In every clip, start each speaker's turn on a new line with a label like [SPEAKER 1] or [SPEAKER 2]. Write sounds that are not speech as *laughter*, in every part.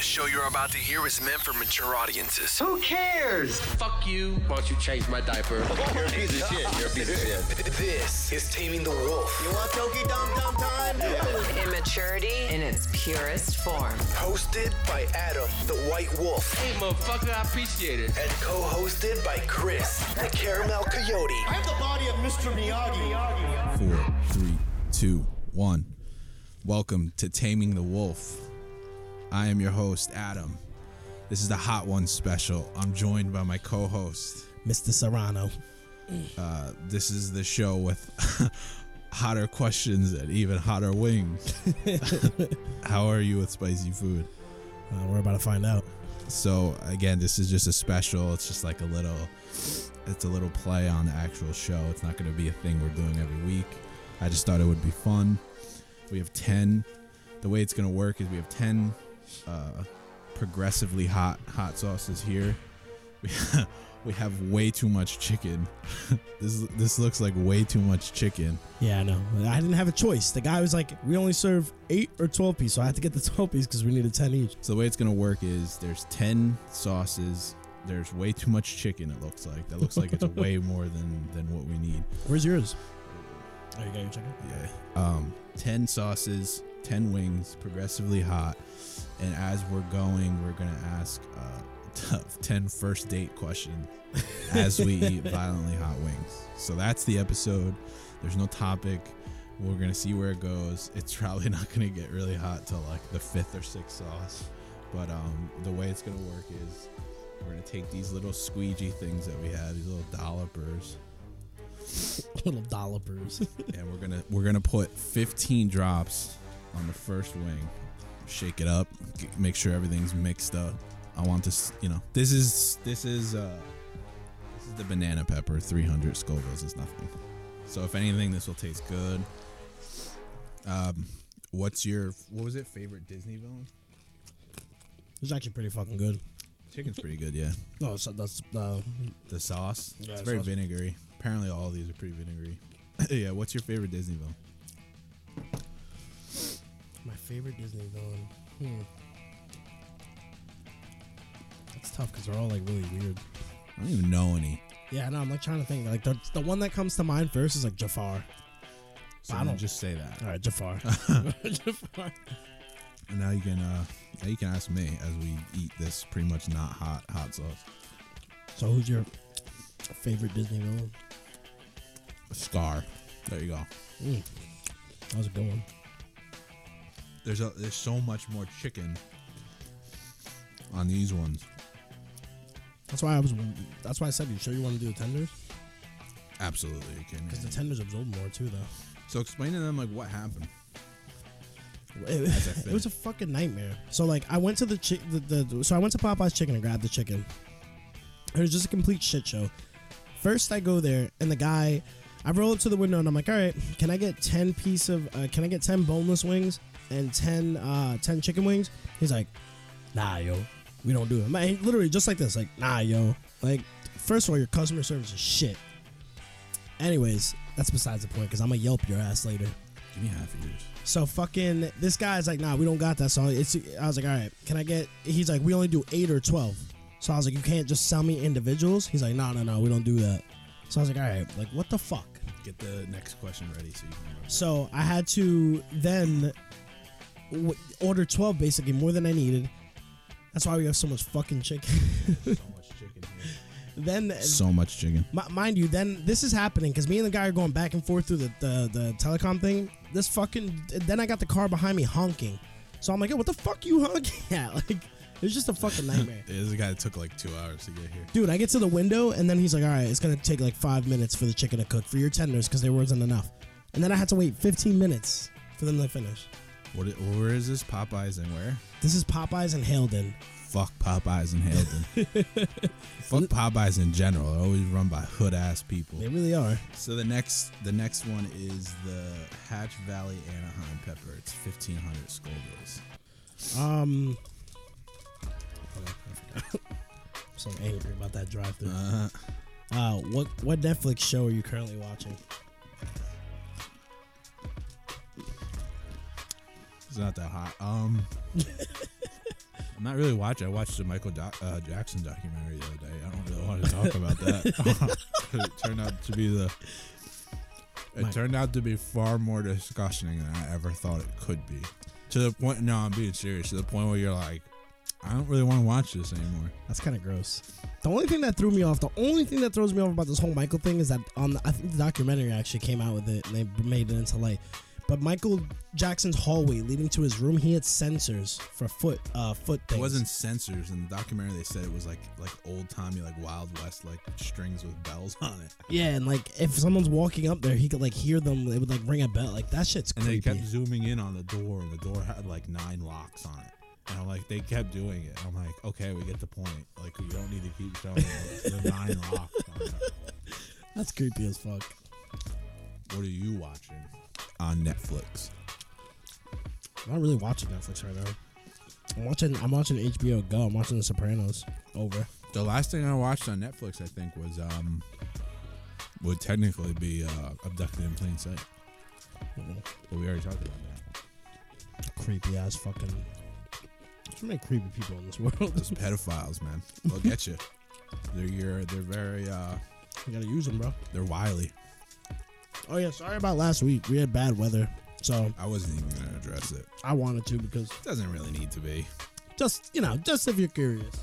[SPEAKER 1] show you're about to hear is meant for mature audiences.
[SPEAKER 2] Who cares?
[SPEAKER 3] Fuck you. Why don't you change my diaper?
[SPEAKER 4] You're a piece of shit. You're a piece of shit.
[SPEAKER 1] This is Taming the Wolf,
[SPEAKER 4] You want Toki Dum Dum Time?
[SPEAKER 5] Immaturity in its purest form.
[SPEAKER 1] hosted by Adam the White Wolf
[SPEAKER 3] Hey, motherfucker, I appreciate it.
[SPEAKER 1] and co-hosted by Chris the Caramel Coyote.
[SPEAKER 4] I have the body of Mr. Miyagi.
[SPEAKER 6] four, three, two, one. Welcome to Taming the Wolf. I am your host, Adam. This is the Hot One special. I'm joined by my co host.
[SPEAKER 7] Mr. Serrano.
[SPEAKER 6] This is the show with *laughs* hotter questions and even hotter wings. *laughs* How are you with spicy food?
[SPEAKER 7] Uh, we're about to find out.
[SPEAKER 6] So, again, this is just a special. It's just like a little. It's a little play on the actual show. It's not going to be a thing we're doing every week. I just thought it would be fun. We have 10. The way it's going to work is we have 10 uh, progressively hot hot sauces here. *laughs* We, we have way too much chicken. *laughs* this this looks like way too much chicken.
[SPEAKER 7] Yeah, I know. I didn't have a choice. The guy was like, we only serve eight or 12 piece, so I had to get the *laughs* 12 piece because we needed 10 each.
[SPEAKER 6] So the way it's going to work is there's 10 sauces. There's way too much chicken it looks like. That looks like it's way more than than what we need.
[SPEAKER 7] Where's yours? Oh, you got your chicken?
[SPEAKER 6] Yeah. Um, 10 sauces, 10 wings, progressively hot. And as we're going, we're going to ask uh, *laughs* 10 first date questions as we eat violently hot wings. So that's the episode. There's no topic. We're going to see where it goes. It's probably *laughs* not going to get really hot till like the fifth or sixth sauce. But um, the way it's going to work is we're going to take these little squeegee things that we had, these little dollopers
[SPEAKER 7] *laughs* Little dollopers.
[SPEAKER 6] and we're gonna we're gonna put 15 drops on the first wing shake it up g- make sure everything's mixed up i want this you know this is this is uh this is the banana pepper 300 scovilles is nothing so if anything this will taste good um what's your what was it favorite disney villain
[SPEAKER 7] it's actually pretty fucking good.
[SPEAKER 6] chicken's pretty good yeah
[SPEAKER 7] No, so that's uh,
[SPEAKER 6] the sauce it's
[SPEAKER 7] the
[SPEAKER 6] very
[SPEAKER 7] sauce.
[SPEAKER 6] vinegary apparently all of these are pretty vinegary *laughs* yeah what's your favorite disney villain
[SPEAKER 7] my favorite Disney villain. Hmm. That's tough because they're all like really weird.
[SPEAKER 6] i don't even know any
[SPEAKER 7] Yeah, no, I'm like trying to think. Like the, the one that comes to mind first is like Jafar.
[SPEAKER 6] so
[SPEAKER 7] I
[SPEAKER 6] I don't
[SPEAKER 7] don't-
[SPEAKER 6] just say that
[SPEAKER 7] All right, *laughs* Jafar. Jafar.
[SPEAKER 6] And now you can uh now you can ask me as we eat this pretty much not hot hot sauce.
[SPEAKER 7] So who's your favorite Disney villain?
[SPEAKER 6] Scar. There you go.
[SPEAKER 7] Mm. That was a good one.
[SPEAKER 6] There's a there's so much more chicken on these ones.
[SPEAKER 7] That's why I was. That's why I said you sure you want to do the tenders
[SPEAKER 6] Absolutely you can.
[SPEAKER 7] because the tenders absorb more too, though.
[SPEAKER 6] So explain to them like what happened.
[SPEAKER 7] It,
[SPEAKER 6] fit.
[SPEAKER 7] it was a fucking nightmare. So like, I went to the, chi- the the so I went to Popeye's Chicken and grabbed the chicken. It was just a complete shit show. First, I go there and the guy, I roll up to the window and I'm like, all right, can I get ten piece of, uh, can I get ten boneless wings and 10, uh, 10 chicken wings? He's like, nah, yo, we don't do it. My, literally just like this, like, nah, yo, like, first of all, your customer service is shit. Anyways, that's besides the point because I'm gonna yelp your ass later.
[SPEAKER 6] Give me half of yours.
[SPEAKER 7] So fucking this guy's like, nah, we don't got that. So it's I was like, all right, can I get? He's like, we only do eight or twelve. So I was like, you can't just sell me individuals. He's like, no, no, no, we don't do that. So I was like, all right, like what the fuck?
[SPEAKER 6] Get the next question ready so you can remember.
[SPEAKER 7] So I had to then w- order twelve, basically more than I needed. That's why we have so much fucking chicken.
[SPEAKER 6] So much chicken here.
[SPEAKER 7] *laughs* then
[SPEAKER 6] So much chicken.
[SPEAKER 7] Mi- mind you, then this is happening because me and the guy are going back and forth through the, the, the telecom thing. This fucking. Then I got the car behind me honking. So I'm like, yo, what the fuck you honking *laughs* at? Like, it's just a fucking nightmare.
[SPEAKER 6] *laughs* There's a guy that took like two hours to get here.
[SPEAKER 7] Dude, I get to the window and then he's like, all right, it's going to take like five minutes for the chicken to cook for your tenders because there wasn't enough. And then I had to wait 15 minutes for them to finish.
[SPEAKER 6] What? i- Where is this Popeyes and where?
[SPEAKER 7] This is Popeyes and Halden.
[SPEAKER 6] Fuck Popeyes and Hamilton. Fuck Popeyes in general. They're always run by hood ass people.
[SPEAKER 7] They really are.
[SPEAKER 6] So the next the next one is the Hatch Valley Anaheim Pepper. It's fifteen hundred Scovilles.
[SPEAKER 7] Um. hold on, I forgot. I'm so angry about that drive through.
[SPEAKER 6] Uh,
[SPEAKER 7] Uh, what what Netflix show are you currently watching?
[SPEAKER 6] it's not that hot. Um, I'm not really watching. I watched the Michael Doc uh, Jackson documentary the other day. I don't really want to talk about that. *laughs* it turned out to be the. It
[SPEAKER 7] Mike.
[SPEAKER 6] turned out to be far more disgusting than I ever thought it could be. To the point, no, I'm being serious. To the point where you're like, I don't really want to watch this anymore.
[SPEAKER 7] That's kind of gross. The only thing that threw me off, the only thing that throws me off about this whole Michael thing is that on the, I think the documentary actually came out with it and they made it into light. But Michael Jackson's hallway leading to his room, he had sensors for foot uh foot things.
[SPEAKER 6] It wasn't censors in the documentary. They said it was like like old timey, like Wild West, like strings with bells on it.
[SPEAKER 7] yeah, and like if someone's walking up there, he could like hear them. It would like ring a bell. Like that shit's
[SPEAKER 6] And
[SPEAKER 7] creepy.
[SPEAKER 6] they kept zooming in on the door, and the door had like nine locks on it. And I'm like, they kept doing it. I'm like, okay, we get the point. Like, you don't need to keep showing us *laughs* the nine locks. On it.
[SPEAKER 7] That's creepy as fuck.
[SPEAKER 6] What are you watching on Netflix?
[SPEAKER 7] I'm not really watching Netflix right now. I'm watching. I'm watching HBO Go. I'm watching The Sopranos. Over.
[SPEAKER 6] The last thing I watched on Netflix, I think, was um, would technically be uh, abducted in plain sight. But we already talked about that.
[SPEAKER 7] Mm-hmm. Creepy ass fucking. There's so many creepy people in this *laughs* world.
[SPEAKER 6] Those pedophiles, man, they'll get you. They're your, they're very, uh,
[SPEAKER 7] You gotta use them, bro.
[SPEAKER 6] they're wily.
[SPEAKER 7] Oh yeah, sorry about last week. We had bad weather, so
[SPEAKER 6] I wasn't even gonna address it.
[SPEAKER 7] I wanted to because
[SPEAKER 6] Doesn't really need to be.
[SPEAKER 7] just you know, just if you're curious,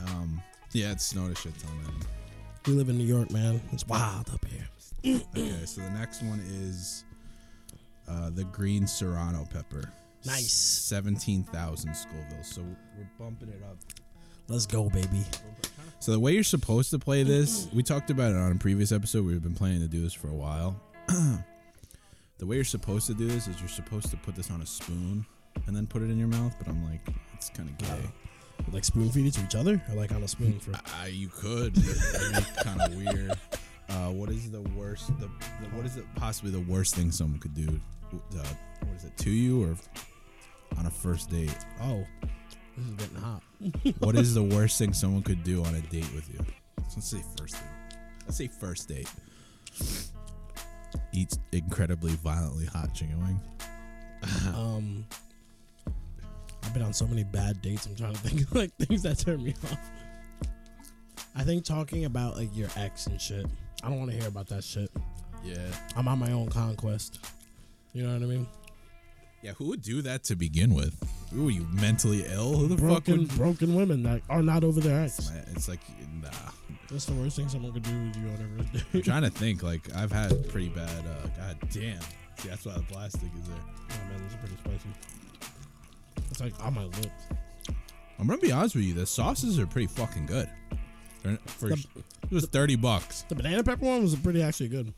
[SPEAKER 6] Um, yeah, it snowed a shit ton. Then.
[SPEAKER 7] we live in New York, man. It's wild up here.
[SPEAKER 6] Okay, so the next one is uh, the green serrano pepper.
[SPEAKER 7] Nice.
[SPEAKER 6] Seventeen thousand Scoville. So we're bumping it up.
[SPEAKER 7] Let's go, baby.
[SPEAKER 6] So the way you're supposed to play this, we talked about it on a previous episode. We've been planning to do this for a while. *clears throat* the way you're supposed to do this is you're supposed to put this on a spoon and then put it in your mouth. But I'm like, it's kind of gay.
[SPEAKER 7] Like spoon feed it to each other, or like on a spoon for.
[SPEAKER 6] Uh, you could. *laughs* kind of weird. Uh, what is the worst? The, the what is it possibly the worst thing someone could do? Uh, what is it to you or on a first date?
[SPEAKER 7] Oh, this is getting hot.
[SPEAKER 6] What is the worst thing someone could do on a date with you? So let's say first date. Let's say first date. Eats incredibly violently hot chicken wing.
[SPEAKER 7] Um, I've been on so many bad dates. I'm trying to think of like *laughs* things that turn me off. I think talking about like your ex and shit. I don't want to hear about that shit.
[SPEAKER 6] Yeah.
[SPEAKER 7] I'm on my own conquest. You know what I mean?
[SPEAKER 6] Yeah. Who would do that to begin with? Who Were you mentally ill? Who the
[SPEAKER 7] Broken,
[SPEAKER 6] fuck would?
[SPEAKER 7] broken women that are not over their ex.
[SPEAKER 6] It's like nah.
[SPEAKER 7] That's the worst thing someone could do with you on ever
[SPEAKER 6] I'm trying to think. Like I've had pretty bad. Uh, God damn. See, that's why the plastic is there.
[SPEAKER 7] *laughs* Oh man, this is pretty spicy. It's like on my lip.
[SPEAKER 6] I'm gonna be honest with you. The sauces are pretty fucking good. They're- For,
[SPEAKER 7] The-
[SPEAKER 6] it was thirty bucks.
[SPEAKER 7] The banana pepper one was pretty actually good.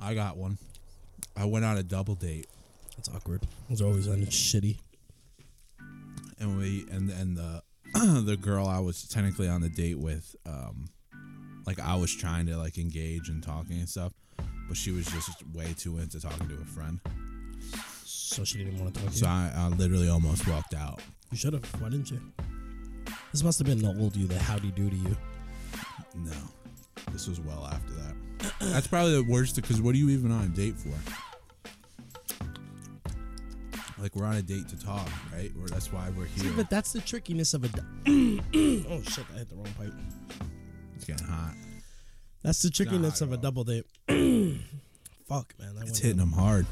[SPEAKER 6] I got one. I went on a double date,
[SPEAKER 7] That's awkward. Those are always on shitty.
[SPEAKER 6] and we and and the *clears throat* the girl I was technically on the date with, um, like I was trying to like engage and talking and stuff, but she was just way too into talking to a friend.
[SPEAKER 7] So she didn't want to talk to
[SPEAKER 6] So
[SPEAKER 7] you.
[SPEAKER 6] I, I literally almost walked out.
[SPEAKER 7] You should have. Why didn't you? This must have been the old you, the howdy do to you.
[SPEAKER 6] No, this was well after *clears throat* that. That's probably the worst because what are you even on a date for? Like we're on a date to talk, right? Or that's why we're here.
[SPEAKER 7] But that's the trickiness of a. *clears throat* oh shit! I hit the wrong pipe.
[SPEAKER 6] It's getting hot.
[SPEAKER 7] That's the trickiness
[SPEAKER 6] Nah,
[SPEAKER 7] of a
[SPEAKER 6] bro.
[SPEAKER 7] double date. *clears throat* Fuck man, that
[SPEAKER 6] It's
[SPEAKER 7] went
[SPEAKER 6] hitting them hard.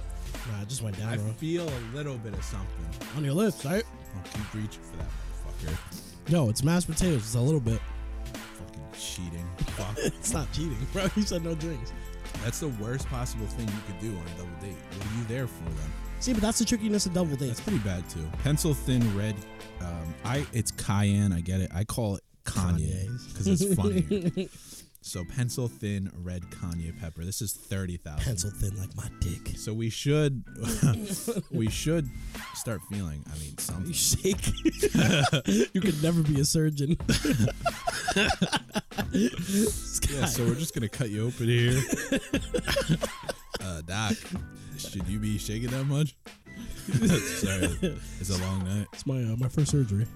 [SPEAKER 7] Nah, I just went down bro.
[SPEAKER 6] feel a little bit of something.
[SPEAKER 7] on your lips, right?
[SPEAKER 6] I'll Oh, keep reaching for that motherfucker.
[SPEAKER 7] No, it's mashed potatoes. It's a little bit. *laughs*
[SPEAKER 6] Fucking cheating. Fuck.
[SPEAKER 7] It's not cheating, bro. *laughs* You said no drinks.
[SPEAKER 6] That's the worst possible thing you could do on a double date. What are you there for then?
[SPEAKER 7] See, but that's the trickiness of double dates.
[SPEAKER 6] That's pretty bad too. Pencil thin red. Um, I it's cayenne. I get it. I call it Kanye
[SPEAKER 7] Kanye's.
[SPEAKER 6] because it's
[SPEAKER 7] *laughs*
[SPEAKER 6] funnier. so pencil thin red Kanye pepper. This is thirty thousand.
[SPEAKER 7] Pencil thin like my dick.
[SPEAKER 6] So we should *laughs*
[SPEAKER 7] *laughs*
[SPEAKER 6] we should start feeling. I mean something. *laughs*
[SPEAKER 7] Shake. you could never be a surgeon.
[SPEAKER 6] Yeah, so we're just gonna cut you open here. *laughs* uh, Doc, should you be shaking that much? Sorry, it's a long night.
[SPEAKER 7] It's my uh, my first surgery.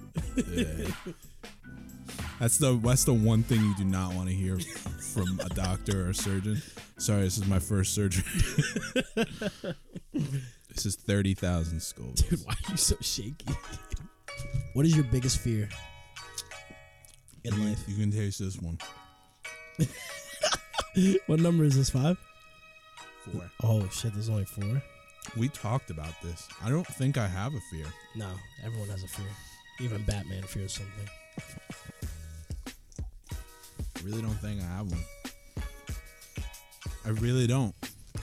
[SPEAKER 6] That's the that's the one thing you do not want to hear from a doctor or a surgeon. Sorry, this is my first surgery. *laughs* this is thirty thousand skulls.
[SPEAKER 7] Dude, why are you so shaky? What is your biggest fear in
[SPEAKER 6] You-
[SPEAKER 7] life?
[SPEAKER 6] You can taste this one.
[SPEAKER 7] What number is this? Five?
[SPEAKER 6] Four.
[SPEAKER 7] Oh shit, there's only four.
[SPEAKER 6] We talked about this. I don't think I have a fear.
[SPEAKER 7] No, everyone has a fear. Even Batman fears something.
[SPEAKER 6] Really don't think I have one. I really don't.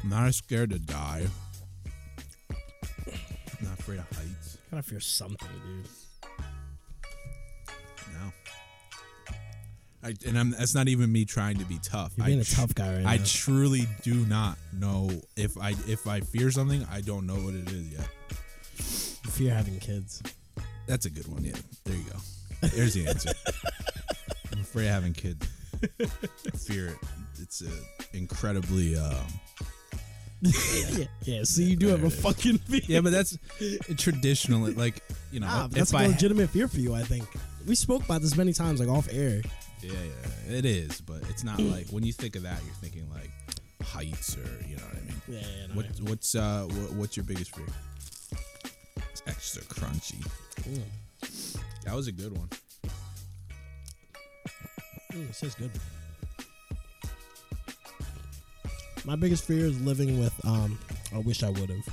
[SPEAKER 6] I'm not scared to die. I'm not afraid of heights.
[SPEAKER 7] Gotta fear something, dude.
[SPEAKER 6] No. I, and I'm, that's not even me trying to be tough.
[SPEAKER 7] You're
[SPEAKER 6] I
[SPEAKER 7] being a
[SPEAKER 6] tr-
[SPEAKER 7] tough guy right
[SPEAKER 6] I
[SPEAKER 7] now.
[SPEAKER 6] truly do not know if I if I fear something. I don't know what it is yet.
[SPEAKER 7] You fear
[SPEAKER 6] *laughs*
[SPEAKER 7] having kids.
[SPEAKER 6] That's a good one. Yeah, there you go. There's the answer. I'm afraid of having kids.
[SPEAKER 7] *laughs*
[SPEAKER 6] I fear it. It's a incredibly. Um,
[SPEAKER 7] Yeah, yeah. So you do have a fucking fear.
[SPEAKER 6] yeah, but that's traditional. Like you know,
[SPEAKER 7] Ah, but
[SPEAKER 6] if
[SPEAKER 7] that's a
[SPEAKER 6] I ha-
[SPEAKER 7] legitimate fear for you, I think. We spoke about this many times, like off air. *laughs*
[SPEAKER 6] yeah, yeah, it is. But it's not like when you think of that, you're thinking like heights or you know what I mean.
[SPEAKER 7] Yeah, yeah, no,
[SPEAKER 6] What,
[SPEAKER 7] yeah.
[SPEAKER 6] what's uh what, what's your biggest fear? It's extra crunchy. Hmm. That was a good one.
[SPEAKER 7] Mm, this is good. My biggest fear is living with. Um, I wish I would have.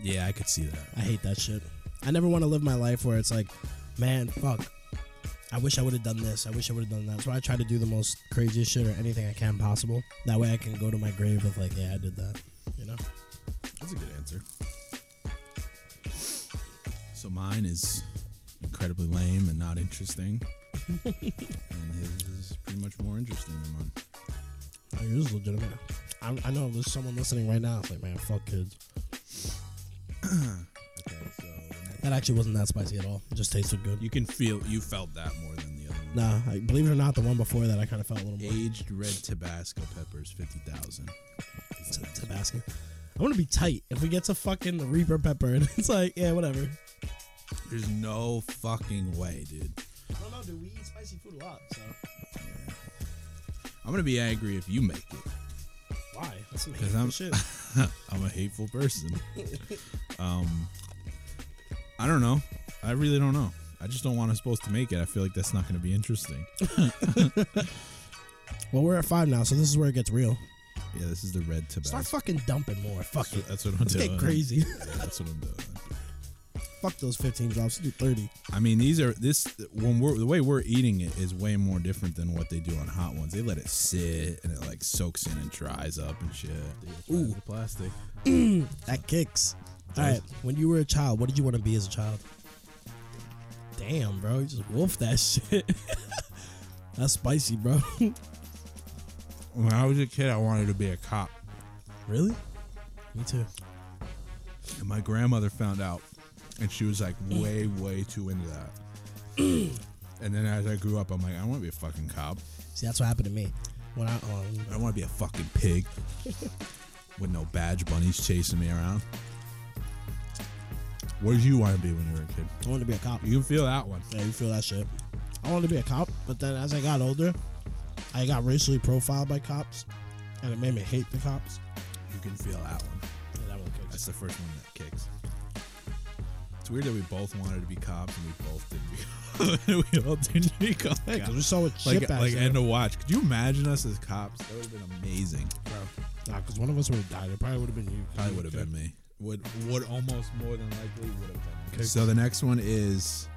[SPEAKER 6] Yeah, I could see that.
[SPEAKER 7] I hate that shit. I never want to live my life where it's like, man, fuck. I wish I would have done this. I wish I would have done that. So I try to do the most craziest shit or anything I can possible. That way I can go to my grave with like, yeah, I did that. You know.
[SPEAKER 6] That's a good answer. So mine is incredibly lame and not
[SPEAKER 7] *laughs*
[SPEAKER 6] interesting, and his is pretty much more interesting than mine.
[SPEAKER 7] Oh, yours is legitimate. I, I know there's someone listening right now. It's like, man, fuck kids.
[SPEAKER 6] Okay, so the next-
[SPEAKER 7] That actually wasn't that spicy at all. It just tasted good.
[SPEAKER 6] you can feel you felt that more than the other one.
[SPEAKER 7] Nah, I, believe it or not, the one before that I kind of felt a little more
[SPEAKER 6] Aged red Tabasco peppers, fifty thousand.
[SPEAKER 7] t- Tabasco. I want to be tight. If we get to fucking the Reaper Pepper, *laughs* and it's like, yeah, whatever.
[SPEAKER 6] There's no fucking way, dude.
[SPEAKER 7] I don't know, dude. We eat spicy food a lot, so
[SPEAKER 6] I'm gonna be angry if you make it.
[SPEAKER 7] why? That's some
[SPEAKER 6] 'Cause I'm-
[SPEAKER 7] hateful
[SPEAKER 6] *laughs*
[SPEAKER 7] shit.
[SPEAKER 6] I'm a hateful person. um, I don't know. I really don't know. I just don't want us both to make it. I feel like that's not going to be interesting.
[SPEAKER 7] Well, we're at five now, so this is where it gets real.
[SPEAKER 6] Yeah, this is the red
[SPEAKER 7] Start
[SPEAKER 6] Tabasco.
[SPEAKER 7] fucking dumping more. Fuck it.
[SPEAKER 6] That's what I'm
[SPEAKER 7] Let's
[SPEAKER 6] doing.
[SPEAKER 7] get crazy. *laughs*
[SPEAKER 6] Yeah, that's what I'm doing.
[SPEAKER 7] Fuck those 15 drops. Let's do 30.
[SPEAKER 6] I mean, these are this when we're the way we're eating it is way more different than what they do on hot ones. They let it sit and it like soaks in and dries up and shit. Ooh, plastic.
[SPEAKER 7] That kicks. All right. When you were a child, what did you want to be as a child? Damn, bro. You just wolf that *laughs* shit. That's spicy, bro. *laughs*
[SPEAKER 6] When I was a kid, I wanted to be a cop.
[SPEAKER 7] really? Me too.
[SPEAKER 6] And my grandmother found out, and she was like way, way too into that. *clears throat* and then as I grew up, I'm like, I want to be a fucking cop.
[SPEAKER 7] See, that's what happened to me. When I, oh,
[SPEAKER 6] I want to be a fucking pig with no badge bunnies chasing me around. What did you want to be when you were a kid?
[SPEAKER 7] I wanted to be a cop.
[SPEAKER 6] You can feel that one.
[SPEAKER 7] Yeah, you feel that shit. I wanted to be a cop, but then as I got older, I got racially profiled by cops, and it made me hate the cops.
[SPEAKER 6] You can feel that one.
[SPEAKER 7] Yeah, that one kicks.
[SPEAKER 6] That's the first one that kicks. It's weird that we both wanted to be cops and we both didn't be. *laughs* we all didn't be cops.
[SPEAKER 7] Yeah, 'cause we saw what shit
[SPEAKER 6] like,
[SPEAKER 7] back
[SPEAKER 6] like
[SPEAKER 7] then.
[SPEAKER 6] end of watch. Could you imagine us as cops? That would have been amazing.
[SPEAKER 7] Nah, because one of us would have died. It probably would have been you.
[SPEAKER 6] Probably would have been me. Would would almost more than likely would have been. Me. So the next one is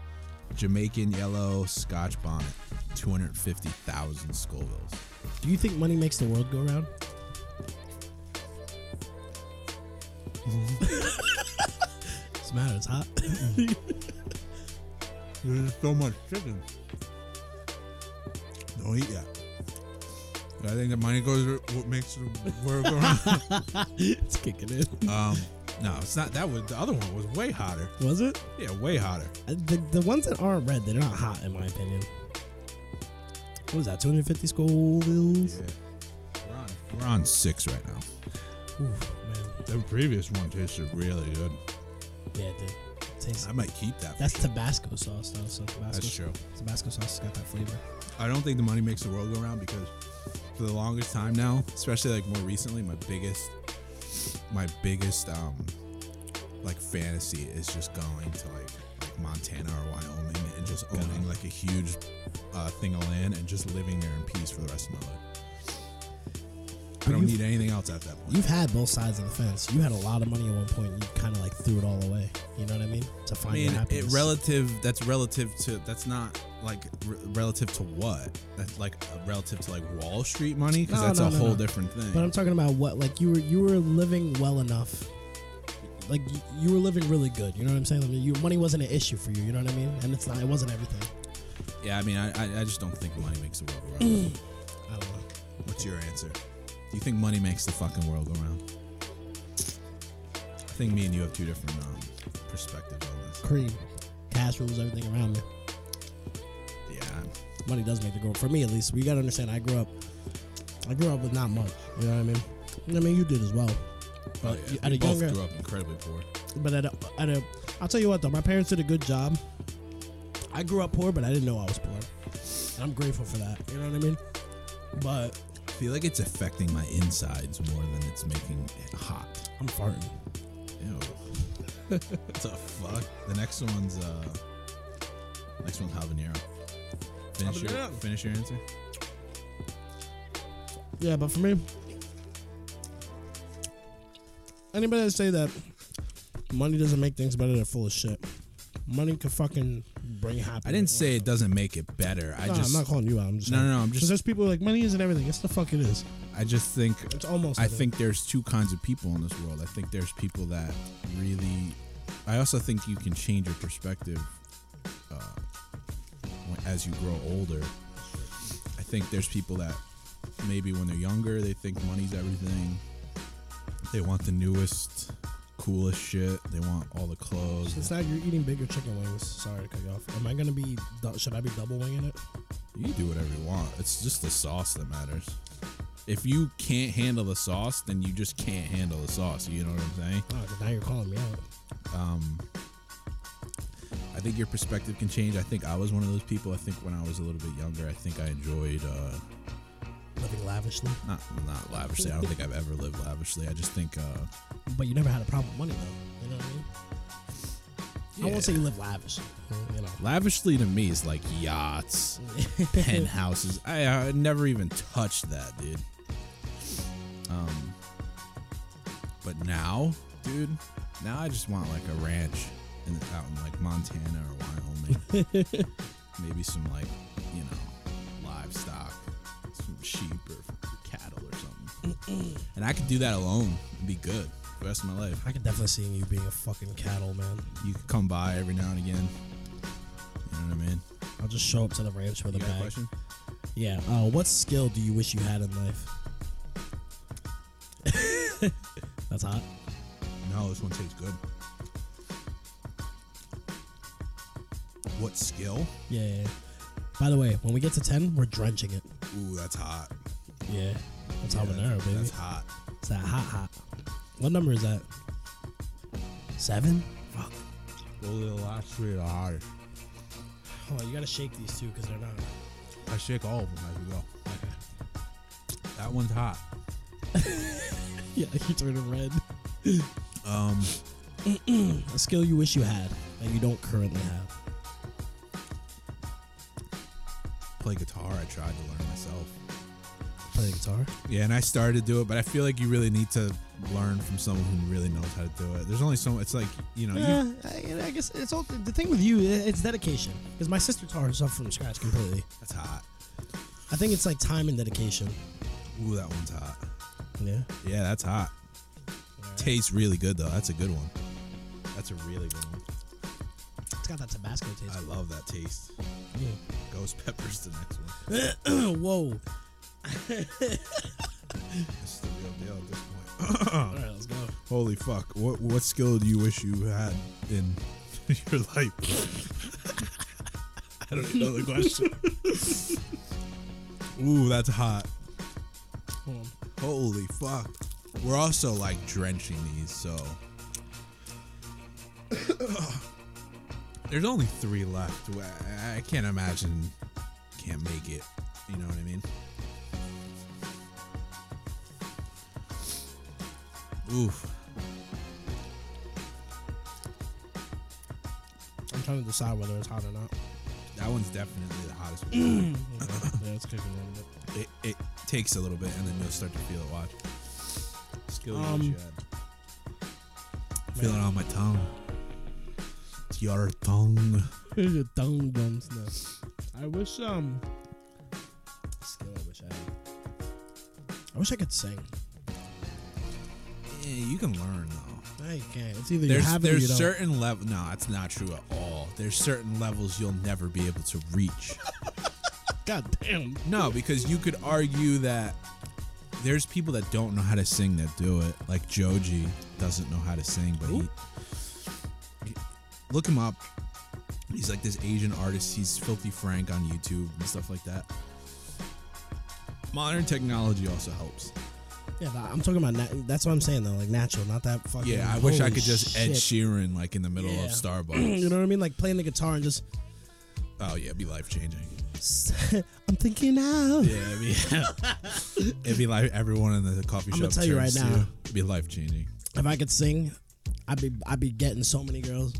[SPEAKER 6] Jamaican yellow Scotch bonnet, two hundred fifty thousand Scovilles.
[SPEAKER 7] Do you think money makes the world go round? It's the matter? It's hot. *laughs*
[SPEAKER 6] There's so much chicken. Don't eat that. I think the money goes what makes the world go *laughs* round.
[SPEAKER 7] it's kicking in.
[SPEAKER 6] um, no, it's not. That was the other one was way hotter.
[SPEAKER 7] Was it?
[SPEAKER 6] Yeah, way hotter.
[SPEAKER 7] Uh, The, the ones that aren't red, they're not hot, in my opinion. What was that? 250 Scovilles?
[SPEAKER 6] We're on, we're on six right now.
[SPEAKER 7] Oof, man.
[SPEAKER 6] The previous one tasted really good.
[SPEAKER 7] Yeah, it did. Tastes,
[SPEAKER 6] I might keep that. for
[SPEAKER 7] that's
[SPEAKER 6] sure.
[SPEAKER 7] Tabasco sauce, though. So Tabasco,
[SPEAKER 6] That's true.
[SPEAKER 7] Tabasco sauce has got that flavor.
[SPEAKER 6] I don't think the money makes the world go round because for the longest time now, especially like more recently, my biggest, my biggest um, like fantasy is just going to like, like Montana or Wyoming and just owning like a huge uh, thing of land and just living there in peace for the rest of my life. I don't
[SPEAKER 7] you've-
[SPEAKER 6] need anything else at that point.
[SPEAKER 7] You've had both sides of the fence. You had a lot of money at one point. And you kind of like threw it all away. You know what I mean? To
[SPEAKER 6] I
[SPEAKER 7] find your
[SPEAKER 6] mean, it
[SPEAKER 7] happiness.
[SPEAKER 6] relative. That's relative to. That's not like r- relative to what. That's like uh, relative to like Wall Street money because
[SPEAKER 7] No,
[SPEAKER 6] that's
[SPEAKER 7] no,
[SPEAKER 6] a
[SPEAKER 7] no,
[SPEAKER 6] whole
[SPEAKER 7] no.
[SPEAKER 6] different thing.
[SPEAKER 7] But I'm talking about what like you were you were living well enough. Like you, you were living really good. You know what I'm saying? Like, you, money wasn't an issue for you. You know what I mean? And it's not. It wasn't everything.
[SPEAKER 6] yeah, I mean, I, I, I just don't think money makes the world go
[SPEAKER 7] Mm.
[SPEAKER 6] round.
[SPEAKER 7] I don't know.
[SPEAKER 6] What's your answer? Do you think money makes the fucking world go round? I think me and you have two different um, perspectives on this.
[SPEAKER 7] Cream, cash rules everything around me.
[SPEAKER 6] Yeah, Oh,
[SPEAKER 7] money does make the girl for me at least. We gotta understand. I grew up, I grew up with not much. You know what I mean? I mean, you did as well.
[SPEAKER 6] oh,
[SPEAKER 7] But
[SPEAKER 6] yeah.
[SPEAKER 7] you-
[SPEAKER 6] we
[SPEAKER 7] at a
[SPEAKER 6] both
[SPEAKER 7] younger,
[SPEAKER 6] grew up incredibly poor.
[SPEAKER 7] but at a, at a, I'll tell you what though, my parents did a good job. I grew up poor, but I didn't know I was poor. And I'm grateful for that. You know what I mean? But
[SPEAKER 6] I feel like it's affecting my insides more than it's making it hot.
[SPEAKER 7] I'm farting.
[SPEAKER 6] Ew. *laughs* what the fuck? The next one's uh next one's habanero. Finish your
[SPEAKER 7] Habanero.
[SPEAKER 6] finish your answer.
[SPEAKER 7] Yeah, but for me, anybody that say that money doesn't make things better, they're full of shit. Money can fucking bring happiness.
[SPEAKER 6] I didn't say it doesn't make it better. I
[SPEAKER 7] Nah,
[SPEAKER 6] just
[SPEAKER 7] I'm not calling you out. I'm just
[SPEAKER 6] No,
[SPEAKER 7] saying.
[SPEAKER 6] no, no, I'm
[SPEAKER 7] 'Cause
[SPEAKER 6] just-
[SPEAKER 7] there's people who are like money isn't everything. Yes, the fuck it is.
[SPEAKER 6] I just think
[SPEAKER 7] It's almost.
[SPEAKER 6] I
[SPEAKER 7] everything.
[SPEAKER 6] think there's two kinds of people in this world. I think there's people that really. I also think you can change your perspective uh, when- as you grow older. I think there's people that maybe when they're younger they think money's everything. They want the newest, coolest shit. They want all the
[SPEAKER 7] Since
[SPEAKER 6] clothes.
[SPEAKER 7] now you're eating bigger chicken wings. Sorry to cut you off. Am I gonna be? du- Should I be double winging it?
[SPEAKER 6] You can do whatever you want. It's just the sauce that matters. If you can't handle the sauce, then you just can't handle the sauce. You know what I'm saying?
[SPEAKER 7] Oh, 'cause now you're calling me out.
[SPEAKER 6] I think your perspective can change. I think I was one of those people. I think when I was a little bit younger, I think I enjoyed uh,
[SPEAKER 7] Living lavishly,
[SPEAKER 6] not not lavishly. I don't think I've ever lived lavishly. I just think uh,
[SPEAKER 7] but you never had a problem with money though. You know what I mean? I
[SPEAKER 6] Yeah.
[SPEAKER 7] won't say you live lavishly. You know.
[SPEAKER 6] lavishly to me is like yachts, penthouses. I, I never even touched that, dude. Um, but now, dude, now I just want like a ranch in, out in like Montana or Wyoming.
[SPEAKER 7] *laughs*
[SPEAKER 6] Maybe some like you know livestock, some sheep or cattle or something. and I could do that alone and be good for the rest of my life.
[SPEAKER 7] *laughs* I can definitely see you being a fucking cattle man.
[SPEAKER 6] You could come by every now and again. You know what I mean?
[SPEAKER 7] I'll just show up to the ranch with
[SPEAKER 6] You
[SPEAKER 7] a
[SPEAKER 6] got a
[SPEAKER 7] bag.
[SPEAKER 6] question?
[SPEAKER 7] Yeah. Uh, what skill do you wish you had in life? *laughs* That's hot.
[SPEAKER 6] No, this one tastes good. What skill?
[SPEAKER 7] Yeah, yeah, yeah. By the way, when we get to ten, we're drenching it.
[SPEAKER 6] Ooh, that's hot.
[SPEAKER 7] Yeah. That's
[SPEAKER 6] Yeah,
[SPEAKER 7] habanero,
[SPEAKER 6] that's,
[SPEAKER 7] baby.
[SPEAKER 6] that's hot.
[SPEAKER 7] It's that hot, hot. What number is that? Seven? Fuck.
[SPEAKER 6] Those are the last three are the hottest.
[SPEAKER 7] Hold on, you gotta shake these two because they're not.
[SPEAKER 6] I shake all of them as we go. That one's hot.
[SPEAKER 7] Yeah, you turn them *laughs* red. Um, *clears throat* a skill you wish you had that you don't currently have.
[SPEAKER 6] Play guitar. I tried to learn myself.
[SPEAKER 7] Play the guitar.
[SPEAKER 6] Yeah, and I started to do it, but I feel like you really need to learn from someone who really knows how to do it. There's only so much. It's like you know, you,
[SPEAKER 7] Yeah, Eh, I, I guess it's all the thing with you. i- It's dedication. Because my sister taught herself from scratch completely.
[SPEAKER 6] that's hot.
[SPEAKER 7] I think it's like time and dedication.
[SPEAKER 6] Ooh, that one's hot.
[SPEAKER 7] Yeah.
[SPEAKER 6] Yeah, that's hot. Tastes really good though. That's a good one. That's a really good one.
[SPEAKER 7] It's got that Tabasco taste.
[SPEAKER 6] I love that taste. Ghost pepper's the next one. *laughs*
[SPEAKER 7] *clears throat* Whoa.
[SPEAKER 6] It's the real deal at this point.
[SPEAKER 7] All right, let's go.
[SPEAKER 6] Holy fuck! What what skill do you wish you had in *laughs* your life? *laughs* I don't even know the question.
[SPEAKER 7] *laughs*
[SPEAKER 6] Ooh, that's hot.
[SPEAKER 7] Hold on.
[SPEAKER 6] Holy fuck! We're also like drenching these, so *coughs* there's only three left. I- I can't imagine can't make it. You know what I mean? Oof.
[SPEAKER 7] trying to decide whether it's hot or *laughs* not.
[SPEAKER 6] That one's definitely the hottest. *clears throat* one.
[SPEAKER 7] Yeah, it's cooking a little bit.
[SPEAKER 6] it, it takes a little bit, and then you'll start to feel it. Watch. Skill
[SPEAKER 7] Um,
[SPEAKER 6] um, Feel it on my tongue. It's Your tongue.
[SPEAKER 7] Here's your dung dums now. I wish um skill I wish I had. I wish I could sing.
[SPEAKER 6] Yeah, you can learn though.
[SPEAKER 7] I can't. It's either you
[SPEAKER 6] There's
[SPEAKER 7] have it or you
[SPEAKER 6] there's
[SPEAKER 7] don't.
[SPEAKER 6] certain level. No, that's not true at all. There's certain levels you'll never be able to reach.
[SPEAKER 7] God damn.
[SPEAKER 6] No, because you could argue that there's people that don't know how to sing that do it. Like Joji doesn't know how to sing, but he, look him up. He's like this Asian artist. He's Filthy Frank on YouTube and stuff like that. Modern technology also helps.
[SPEAKER 7] Yeah, but I'm talking about. Nat- that's what I'm saying though. Like natural, not that fucking.
[SPEAKER 6] Yeah, I wish I
[SPEAKER 7] holy
[SPEAKER 6] could just Ed
[SPEAKER 7] shit.
[SPEAKER 6] Sheeran like in the middle
[SPEAKER 7] Yeah.
[SPEAKER 6] of Starbucks.
[SPEAKER 7] *clears throat* You know what I mean? Like playing the guitar and just. *laughs*
[SPEAKER 6] Oh yeah, it'd be life changing.
[SPEAKER 7] I'm thinking out.
[SPEAKER 6] Yeah, it'd be, *laughs* it'd be like everyone in the coffee shop.
[SPEAKER 7] I'ma tell you
[SPEAKER 6] turns
[SPEAKER 7] right
[SPEAKER 6] to
[SPEAKER 7] now.
[SPEAKER 6] it'd be life changing.
[SPEAKER 7] If I could sing, I'd be I'd be getting so many girls.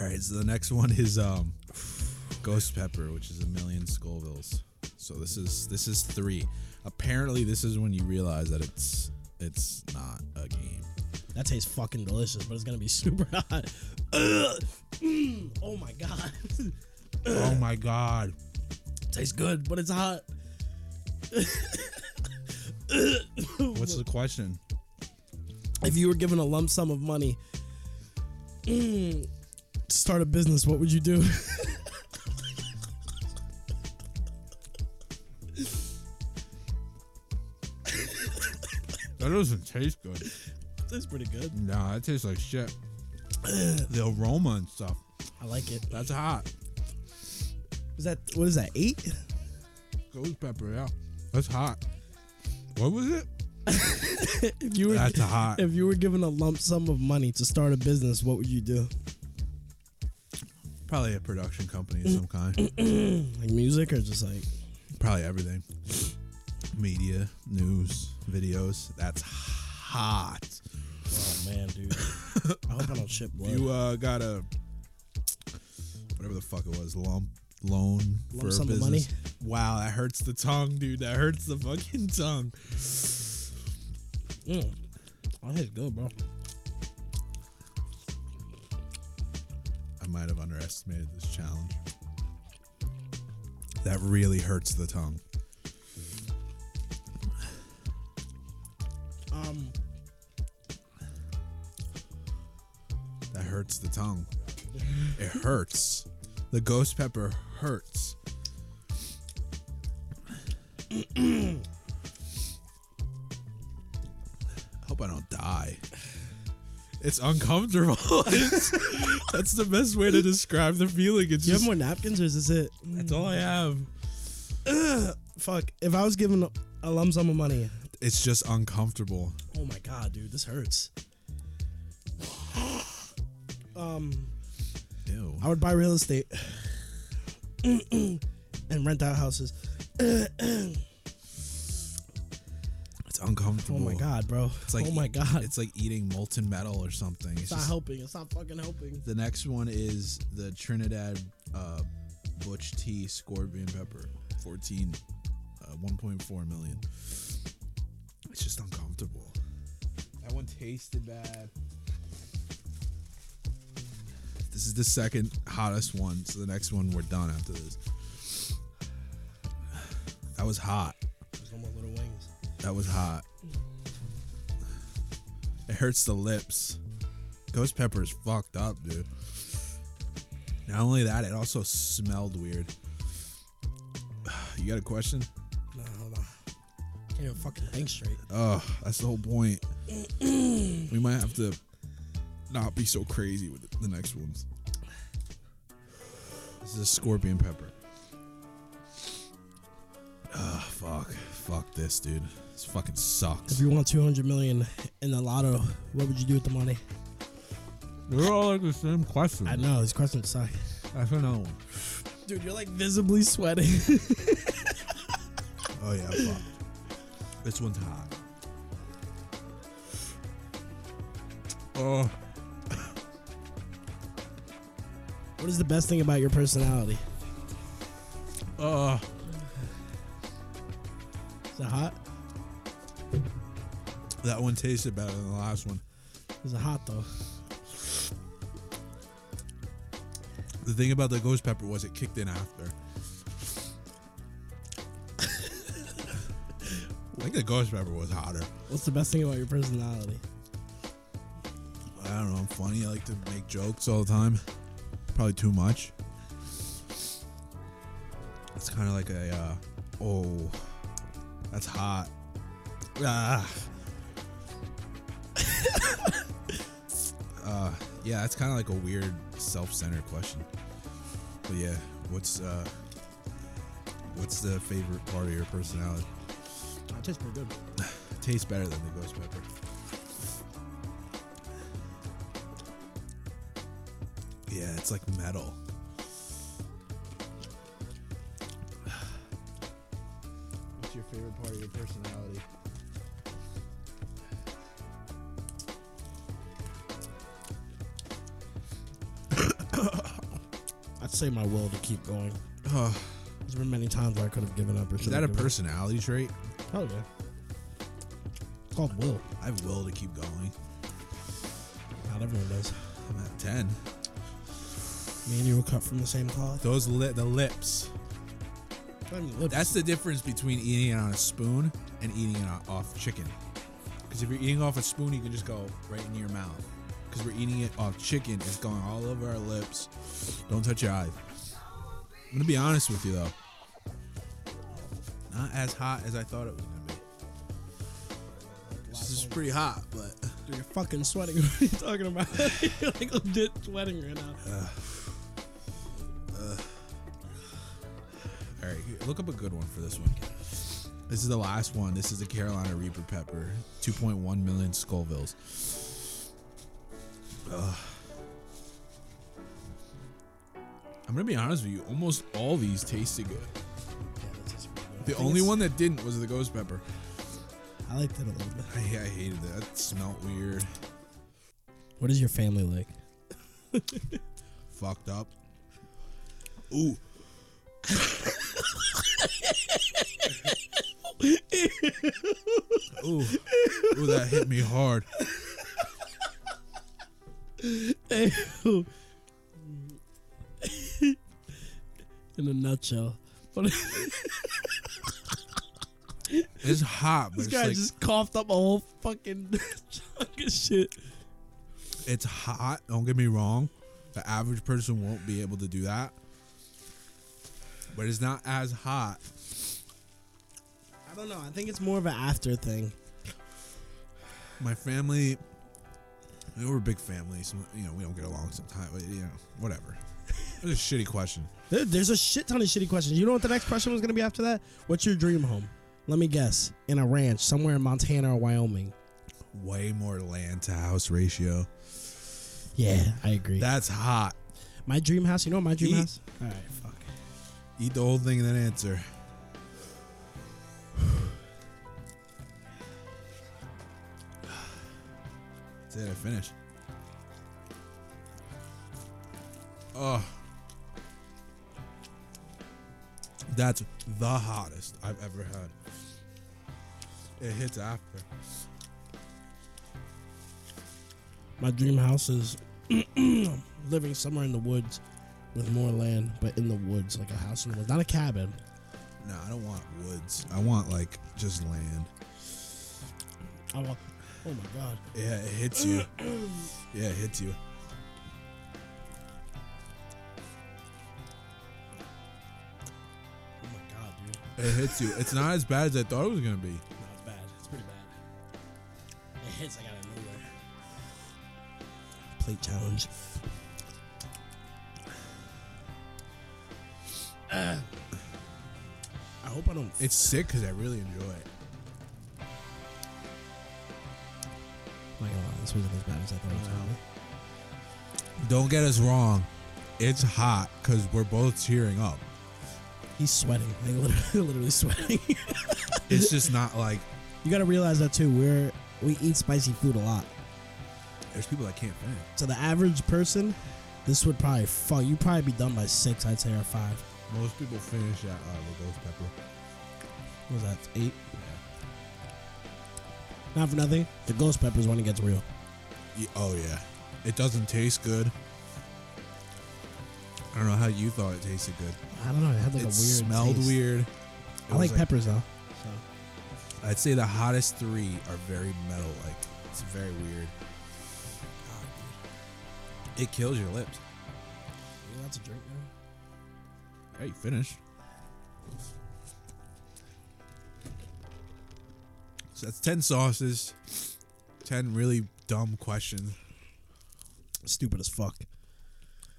[SPEAKER 6] All right, so the next one is um, Ghost Pepper, which is a million Scovilles. So this is this is three. Apparently, this is when you realize that it's it's not a game.
[SPEAKER 7] That tastes fucking delicious, but it's gonna be *laughs* super hot. Ugh. Mm. Oh my god, *laughs*
[SPEAKER 6] oh my god!
[SPEAKER 7] tastes good, but it's hot.
[SPEAKER 6] What's the question?
[SPEAKER 7] If you were given a lump sum of money mm, to start a business, what would you do? *laughs*
[SPEAKER 6] That doesn't taste good.
[SPEAKER 7] That's pretty good.
[SPEAKER 6] Nah, that tastes like shit. the aroma and stuff.
[SPEAKER 7] I like it.
[SPEAKER 6] That's hot.
[SPEAKER 7] Is that what is that eight?
[SPEAKER 6] Ghost Pepper, yeah. That's hot. What was it?
[SPEAKER 7] If you were
[SPEAKER 6] That's
[SPEAKER 7] *laughs*
[SPEAKER 6] hot.
[SPEAKER 7] if you were given a lump sum of money to start a business, what would you do?
[SPEAKER 6] Probably a production company of some kind.
[SPEAKER 7] Like music or just like
[SPEAKER 6] Probably everything. Media, news, videos. That's hot.
[SPEAKER 7] oh
[SPEAKER 6] *laughs*
[SPEAKER 7] man, dude. I hope I don't shit blood.
[SPEAKER 6] You uh, got a whatever the fuck it was lump loan for a
[SPEAKER 7] sum of
[SPEAKER 6] business.
[SPEAKER 7] money?
[SPEAKER 6] Wow, that hurts the tongue, dude. That hurts the fucking tongue.
[SPEAKER 7] Mm.
[SPEAKER 6] uh,
[SPEAKER 7] That tastes good, bro.
[SPEAKER 6] I might have underestimated this challenge. That really hurts the tongue.
[SPEAKER 7] Um,
[SPEAKER 6] That hurts the tongue. It hurts. The ghost pepper hurts. I hope I don't die. It's uncomfortable. *laughs* It's- that's the best way to describe the feeling. It's
[SPEAKER 7] do you
[SPEAKER 6] just
[SPEAKER 7] have more napkins or is this it?
[SPEAKER 6] that's all I have.
[SPEAKER 7] Fuck. If I was given a- a lump sum of money,
[SPEAKER 6] It's just uncomfortable.
[SPEAKER 7] oh my god, dude, this hurts.
[SPEAKER 6] Ew.
[SPEAKER 7] I would buy real estate *clears throat* and rent out houses.
[SPEAKER 6] It's uncomfortable.
[SPEAKER 7] Oh my god, bro.
[SPEAKER 6] It's like
[SPEAKER 7] oh my god, it's
[SPEAKER 6] It's like eating molten metal or something. It's,
[SPEAKER 7] not
[SPEAKER 6] just
[SPEAKER 7] helping. It's not fucking helping.
[SPEAKER 6] The next one is the Trinidad uh, Butch T Scorpion Pepper, 14, uh, 1.4 million. It's just uncomfortable. That one tasted bad. This is the second hottest one. So the next one, we're done after this. That was hot.
[SPEAKER 7] There's no more little wings.
[SPEAKER 6] That was hot. It hurts the lips. Ghost pepper is fucked up, dude. Not only that, it also smelled weird. You got a question?
[SPEAKER 7] Nah, hold on. Can't even fucking think straight.
[SPEAKER 6] Oh, that's the whole point. we might have to not be so crazy with the next ones. This is a scorpion pepper. Ah, fuck. Fuck this, dude. This fucking sucks.
[SPEAKER 7] If you want 200 million in the lotto, what would you do with the money?
[SPEAKER 6] They're all like the same question.
[SPEAKER 7] I know these questions suck.
[SPEAKER 6] That's another one.
[SPEAKER 7] Dude, you're like visibly sweating. *laughs*
[SPEAKER 6] Oh yeah, fuck. this one's hot. Oh.
[SPEAKER 7] What is the best thing about your personality?
[SPEAKER 6] Uh,
[SPEAKER 7] Is it hot?
[SPEAKER 6] that one tasted better than the last one.
[SPEAKER 7] Is it hot though?
[SPEAKER 6] The thing about the ghost pepper was it kicked in after. *laughs* I think the ghost pepper was hotter.
[SPEAKER 7] What's the best thing about your personality?
[SPEAKER 6] I don't know. I'm funny. I like to make jokes all the time. Probably too much. It's kind of like a, uh, oh, that's hot. Ah. *laughs* uh, yeah, that's kind of like a weird self-centered question. But yeah, what's uh, what's the favorite part of your personality?
[SPEAKER 7] It tastes pretty good.
[SPEAKER 6] tastes better than the ghost pepper. Yeah, it's like metal. What's your favorite part of your personality?
[SPEAKER 7] I'd say my will to keep going.
[SPEAKER 6] Oh,
[SPEAKER 7] There's been many times where I could have given up or
[SPEAKER 6] is that a personality trait?
[SPEAKER 7] Oh yeah. It's called will.
[SPEAKER 6] I have will to keep going.
[SPEAKER 7] Not everyone does.
[SPEAKER 6] I'm at ten.
[SPEAKER 7] Me and you were cut from the same cloth.
[SPEAKER 6] Those li- the lips.
[SPEAKER 7] I mean, lips.
[SPEAKER 6] That's the difference between eating it on a spoon and eating it on- off chicken. Because if you're eating off a spoon, you can just go right into your mouth. Because we're eating it off chicken, it's going all over our lips. Don't touch your eyes. I'm gonna be honest with you though, not as hot as I thought it was gonna be. This is pretty hot, but
[SPEAKER 7] Dude, you're fucking sweating. *laughs* What are you talking about? you're like legit sweating right now.
[SPEAKER 6] all right. here, Look up a good one for this one. This is the last one. This is the Carolina Reaper pepper, 2.1 million Scovilles. I'm gonna be honest with you. Almost all these tasted good. The only one that didn't was the ghost pepper.
[SPEAKER 7] I liked it a little bit.
[SPEAKER 6] I, I hated that. It smelled weird.
[SPEAKER 7] What is your family like?
[SPEAKER 6] Fucked up. Ooh. *laughs* Ooh. Ooh, that hit me hard.
[SPEAKER 7] In a nutshell. *laughs* But this
[SPEAKER 6] It's hot, but it's
[SPEAKER 7] guy
[SPEAKER 6] like
[SPEAKER 7] just coughed up a whole fucking *laughs* chunk of shit.
[SPEAKER 6] it's hot. Don't get me wrong. The average person won't be able to do that. But it's not as hot.
[SPEAKER 7] I don't know. I think it's more of an after thing.
[SPEAKER 6] My family, you know, we're a big family. So, you know, we don't get along sometimes. but, You know, whatever. It was a shitty question.
[SPEAKER 7] There, there's a shit ton of shitty questions. You know what the next question was gonna be after that? What's your dream home? Let me guess. In a ranch somewhere in Montana or Wyoming.
[SPEAKER 6] Way more land to house ratio.
[SPEAKER 7] Yeah, I agree.
[SPEAKER 6] That's hot.
[SPEAKER 7] my dream house. You know my dream
[SPEAKER 6] Eat.
[SPEAKER 7] house? All right, fuck.
[SPEAKER 6] Eat the whole thing and then answer. That's it. I finished. Oh, that's the hottest I've ever had. It hits after.
[SPEAKER 7] My dream house is *clears throat* living somewhere in the woods with more land, but in the woods, like a house in the woods, not a cabin.
[SPEAKER 6] No, I don't want woods. I want like just land.
[SPEAKER 7] I want. Oh my god.
[SPEAKER 6] Yeah, it hits you. yeah, it hits you.
[SPEAKER 7] Oh my god, dude.
[SPEAKER 6] It hits you. It's not as bad as I thought it was gonna be.
[SPEAKER 7] No, it's bad. It's pretty bad. It hits like out of nowhere. Plate challenge. *sighs* Ah. I hope I don't.
[SPEAKER 6] It's sick because I really enjoy it.
[SPEAKER 7] I'm not gonna lie, this wasn't as bad as I thought it was gonna be.
[SPEAKER 6] Don't get us wrong. It's hot because we're both cheering up.
[SPEAKER 7] He's sweating, *laughs* like literally, literally sweating. *laughs*
[SPEAKER 6] It's just not like
[SPEAKER 7] you gotta realize that too. We're we eat spicy food a lot,
[SPEAKER 6] there's people that can't finish.
[SPEAKER 7] so the average person This would probably fuck. You'd probably be done by six, I'd say, or five.
[SPEAKER 6] Most people finish at uh, the ghost pepper.
[SPEAKER 7] What was that eight? Not for nothing. The ghost pepper is when it gets real.
[SPEAKER 6] Ye- Oh yeah, it doesn't taste good. I don't know how you thought it tasted good.
[SPEAKER 7] I don't know. It had like
[SPEAKER 6] it
[SPEAKER 7] a weird.
[SPEAKER 6] smelled
[SPEAKER 7] taste.
[SPEAKER 6] weird. It
[SPEAKER 7] I
[SPEAKER 6] was
[SPEAKER 7] like peppers though.
[SPEAKER 6] I'd say the hottest three are very metal. Like it's very weird. It kills your lips.
[SPEAKER 7] You allowed to drink now?
[SPEAKER 6] Hey, you finished. So that's ten sauces, ten really dumb questions.
[SPEAKER 7] Stupid as fuck.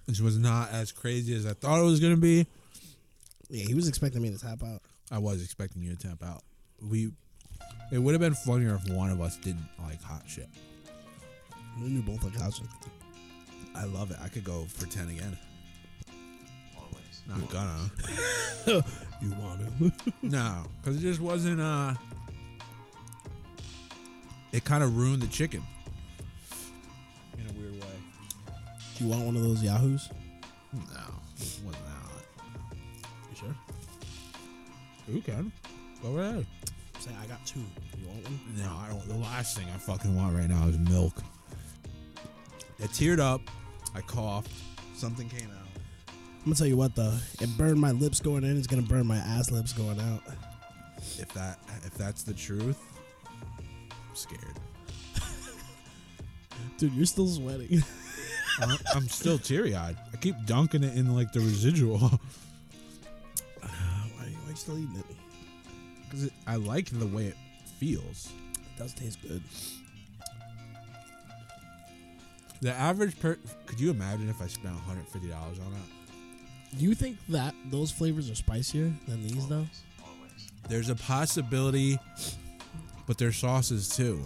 [SPEAKER 6] Which was not as crazy as I thought it was gonna be.
[SPEAKER 7] Yeah, he was expecting me to tap out.
[SPEAKER 6] I was expecting you to tap out. We it would have been funnier if one of us didn't like hot shit.
[SPEAKER 7] We knew both like houses.
[SPEAKER 6] I love it. I could go for ten again. Always. Not gonna.
[SPEAKER 7] You want *laughs* it?
[SPEAKER 6] no, because it just wasn't. uh It kind of ruined the chicken. In a weird way.
[SPEAKER 7] you want one of those yahoos?
[SPEAKER 6] No, it wasn't that. You sure? You can. Go right ahead.
[SPEAKER 7] Say I got two. You want one?
[SPEAKER 6] No, I don't. The last thing I fucking want right now is milk. I teared up. I coughed. Something came out.
[SPEAKER 7] I'm gonna tell you what though. It burned my lips going in. It's gonna burn my ass lips going out.
[SPEAKER 6] If that, if that's the truth, I'm scared.
[SPEAKER 7] Dude, you're still sweating.
[SPEAKER 6] I'm, I'm still teary eyed. I keep dunking it in like the residual *laughs*
[SPEAKER 7] why, *laughs* why are you still eating it?
[SPEAKER 6] because I like the way it feels.
[SPEAKER 7] It does taste good.
[SPEAKER 6] The average per. Could you imagine if I spent 150 dollars on that?
[SPEAKER 7] Do you think that those flavors are spicier than these though?
[SPEAKER 6] There's a possibility, but there's sauces too,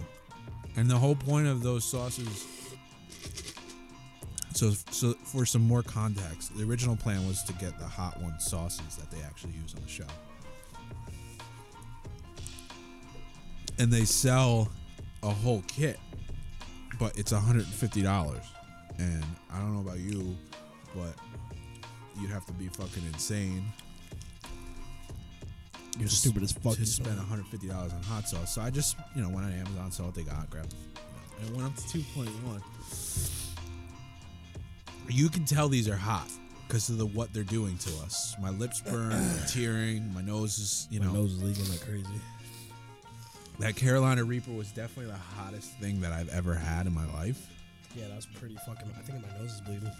[SPEAKER 6] and the whole point of those sauces. So, so for some more context, the original plan was to get the hot one sauces that they actually use on the show, and they sell a whole kit, but it's 150 dollars, and I don't know about you, but you'd have to be fucking insane
[SPEAKER 7] You're stupid as fuck.
[SPEAKER 6] to spend 150 dollars on hot sauce. So I just you know went on Amazon, saw what they got, grabbed, you know, and went up to 2.1. You can tell these are hot because of the what they're doing to us. My lips burn,
[SPEAKER 7] *clears throat*
[SPEAKER 6] I'm tearing, my nose is you
[SPEAKER 7] My
[SPEAKER 6] know
[SPEAKER 7] nose is leaking like crazy.
[SPEAKER 6] that Carolina Reaper was definitely the hottest thing that I've ever had in my life.
[SPEAKER 7] Yeah, that was pretty fucking. I think my nose is bleeding.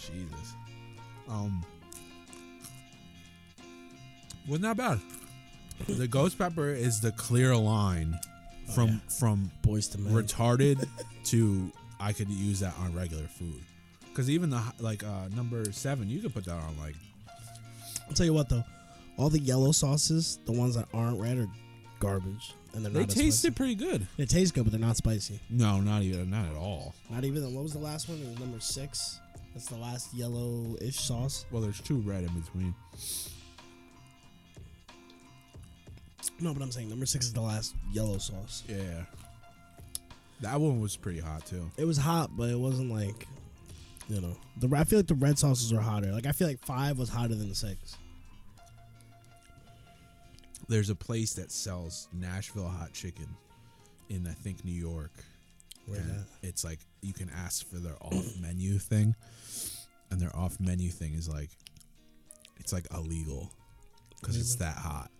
[SPEAKER 6] Jesus, um, was not bad. The ghost pepper is the clear line
[SPEAKER 7] Oh,
[SPEAKER 6] from from
[SPEAKER 7] Boys to men.
[SPEAKER 6] retarded to I could use that on regular food. Because even the like uh, number seven, you could put that on like
[SPEAKER 7] I'll tell you what though, all the yellow sauces, the ones that aren't red, are garbage, and they're
[SPEAKER 6] they
[SPEAKER 7] not. as
[SPEAKER 6] tasted
[SPEAKER 7] spicy.
[SPEAKER 6] pretty good.
[SPEAKER 7] They taste good, but they're not spicy.
[SPEAKER 6] No, not even not at all.
[SPEAKER 7] Not even. What was the last one? It was number six. That's the last yellow-ish sauce.
[SPEAKER 6] Well, there's two red in between.
[SPEAKER 7] No, but I'm saying number six is the last yellow sauce.
[SPEAKER 6] Yeah, that one was pretty hot too.
[SPEAKER 7] It was hot, but it wasn't like, you know, the. I feel like the red sauces are hotter. Like I feel like five was hotter than six.
[SPEAKER 6] There's a place that sells Nashville hot chicken in I think New York.
[SPEAKER 7] Where's
[SPEAKER 6] and
[SPEAKER 7] that?
[SPEAKER 6] It's like you can ask for their off *coughs* menu thing, and their off menu thing is like, it's like illegal because it's that hot.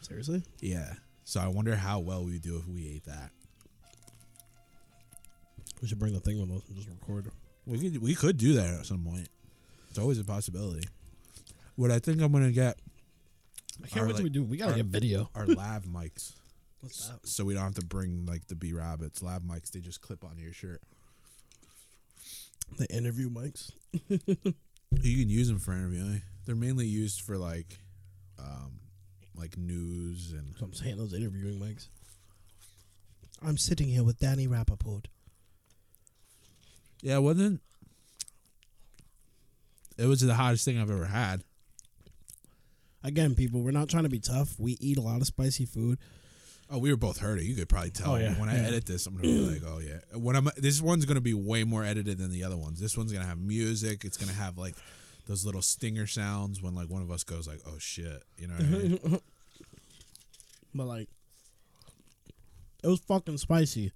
[SPEAKER 7] Seriously?
[SPEAKER 6] Yeah. So I wonder how well we do if we ate that.
[SPEAKER 7] We should bring the thing with us and just record.
[SPEAKER 6] We could we could do that at some point. It's always a possibility. What I think I'm gonna get
[SPEAKER 7] I
[SPEAKER 6] Or, like,
[SPEAKER 7] We gotta get video.
[SPEAKER 6] are lav mics,
[SPEAKER 7] What's that?
[SPEAKER 6] so we don't have to bring like the B rabbits lav mics. They just clip onto your shirt.
[SPEAKER 7] The interview mics.
[SPEAKER 6] You can use them for interviewing. They're mainly used for like, um, like news and
[SPEAKER 7] So I'm saying those interviewing mics. I'm sitting here with Danny Rappaport.
[SPEAKER 6] yeah. It wasn't it was the hottest thing I've ever had.
[SPEAKER 7] Again, people, we're not trying to be tough. We eat a lot of spicy food.
[SPEAKER 6] Oh, we were both hurting. You could probably tell.
[SPEAKER 7] Oh, yeah,
[SPEAKER 6] when I
[SPEAKER 7] yeah.
[SPEAKER 6] edit this, I'm gonna be
[SPEAKER 7] *clears throat*
[SPEAKER 6] like, oh yeah. When I'm this one's gonna be way more edited than the other ones. This one's gonna have music. It's gonna have like those little stinger sounds when like one of us goes like, oh shit, you know. What I mean?
[SPEAKER 7] But like, it was fucking spicy.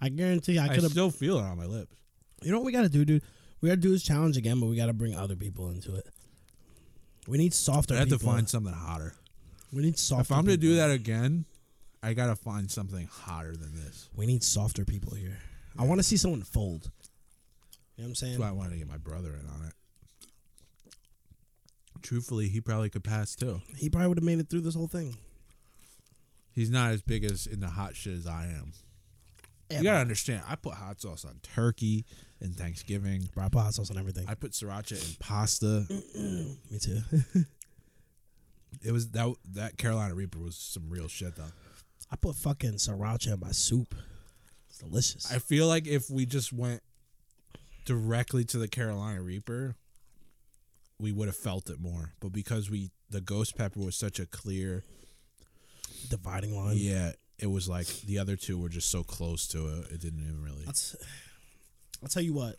[SPEAKER 7] I guarantee *laughs* I
[SPEAKER 6] I
[SPEAKER 7] could have.
[SPEAKER 6] still feel it on my lips.
[SPEAKER 7] You know what we gotta do, dude? We gotta do this challenge again, but we gotta bring other people into it. We need softer.
[SPEAKER 6] I have to
[SPEAKER 7] people.
[SPEAKER 6] find something hotter.
[SPEAKER 7] We need softer.
[SPEAKER 6] If I'm gonna
[SPEAKER 7] people.
[SPEAKER 6] do that again, I gotta find something hotter than this.
[SPEAKER 7] we need softer people here. I want to see someone fold. You know what I'm saying?
[SPEAKER 6] That's why I wanted to get my brother in on it. Truthfully, he probably could pass too.
[SPEAKER 7] He probably would have made it through this whole thing.
[SPEAKER 6] He's not as big as in the hot shit as I am.
[SPEAKER 7] Yeah,
[SPEAKER 6] You gotta understand, I put hot sauce on turkey and Thanksgiving.
[SPEAKER 7] bro, I put hot sauce on everything.
[SPEAKER 6] I put sriracha in pasta.
[SPEAKER 7] Me too. *laughs*
[SPEAKER 6] It was that that Carolina Reaper was some real shit though.
[SPEAKER 7] I put fucking sriracha in my soup. It's delicious.
[SPEAKER 6] I feel like if we just went directly to the Carolina Reaper, we would have felt it more. But because we the ghost pepper was such a clear
[SPEAKER 7] Dividing line.
[SPEAKER 6] Yeah, it was like the other two were just so close to it. It didn't even really.
[SPEAKER 7] That's- I'll tell you what,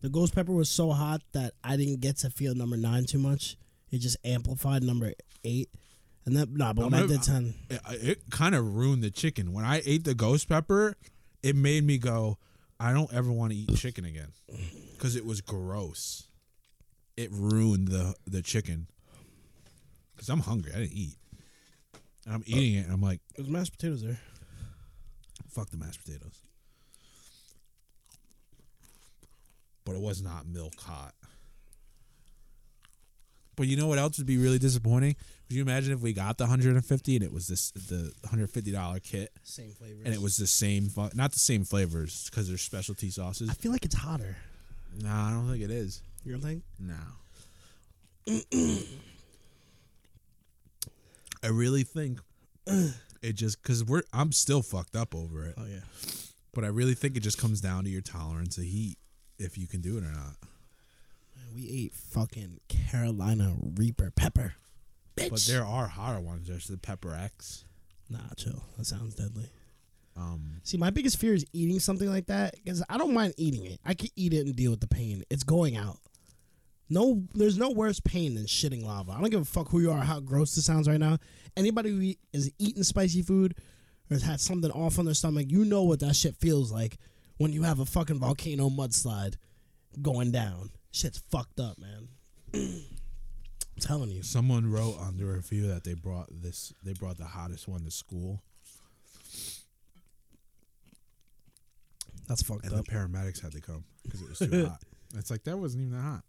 [SPEAKER 7] the ghost pepper was so hot that I didn't get to feel number nine too much. It just amplified number eight, and that nah, but when I
[SPEAKER 6] Number-
[SPEAKER 7] did ten,
[SPEAKER 6] It, it kind of ruined the chicken. When I ate the ghost pepper, it made me go, I don't ever want to eat chicken again because it was gross. It ruined the the chicken because I'm hungry. I didn't eat. And I'm eating it, and I'm like,
[SPEAKER 7] it was Uh, mashed potatoes there.
[SPEAKER 6] fuck the mashed potatoes. But it was not milk hot. But you know what else would be really disappointing? Could you imagine if we got the 150 and it was this the 150 dollar kit
[SPEAKER 7] Same flavor.
[SPEAKER 6] and it was the same fu- not the same flavors because they're specialty
[SPEAKER 7] I
[SPEAKER 6] sauces?
[SPEAKER 7] feel like it's hotter.
[SPEAKER 6] No, I don't think it is.
[SPEAKER 7] You know what I'm saying?
[SPEAKER 6] No. *clears throat* I really think *clears throat* it just because we're I'm still fucked up over it.
[SPEAKER 7] yeah.
[SPEAKER 6] But I really think it just comes down to your tolerance of heat, if you can do it or not.
[SPEAKER 7] We ate fucking Carolina Reaper pepper. Bitch.
[SPEAKER 6] But there are hotter ones. There's the Pepper X.
[SPEAKER 7] nah, chill. That sounds deadly.
[SPEAKER 6] Um,
[SPEAKER 7] See, my biggest fear is eating something like that because I don't mind eating it. I could eat it and deal with the pain. It's going out. No, there's no worse pain than shitting lava. I don't give a fuck who you are, how gross this sounds right now. Anybody who eat- is eating spicy food or has had something off on their stomach, you know what that shit feels like when you have a fucking volcano mudslide going down. Shit's fucked up, man. *clears throat* I'm telling you.
[SPEAKER 6] someone wrote on the review that they brought this. They brought the hottest one to school,
[SPEAKER 7] That's fucked
[SPEAKER 6] and
[SPEAKER 7] up.
[SPEAKER 6] the paramedics had to come because it was *laughs* too hot. It's like that wasn't even that hot.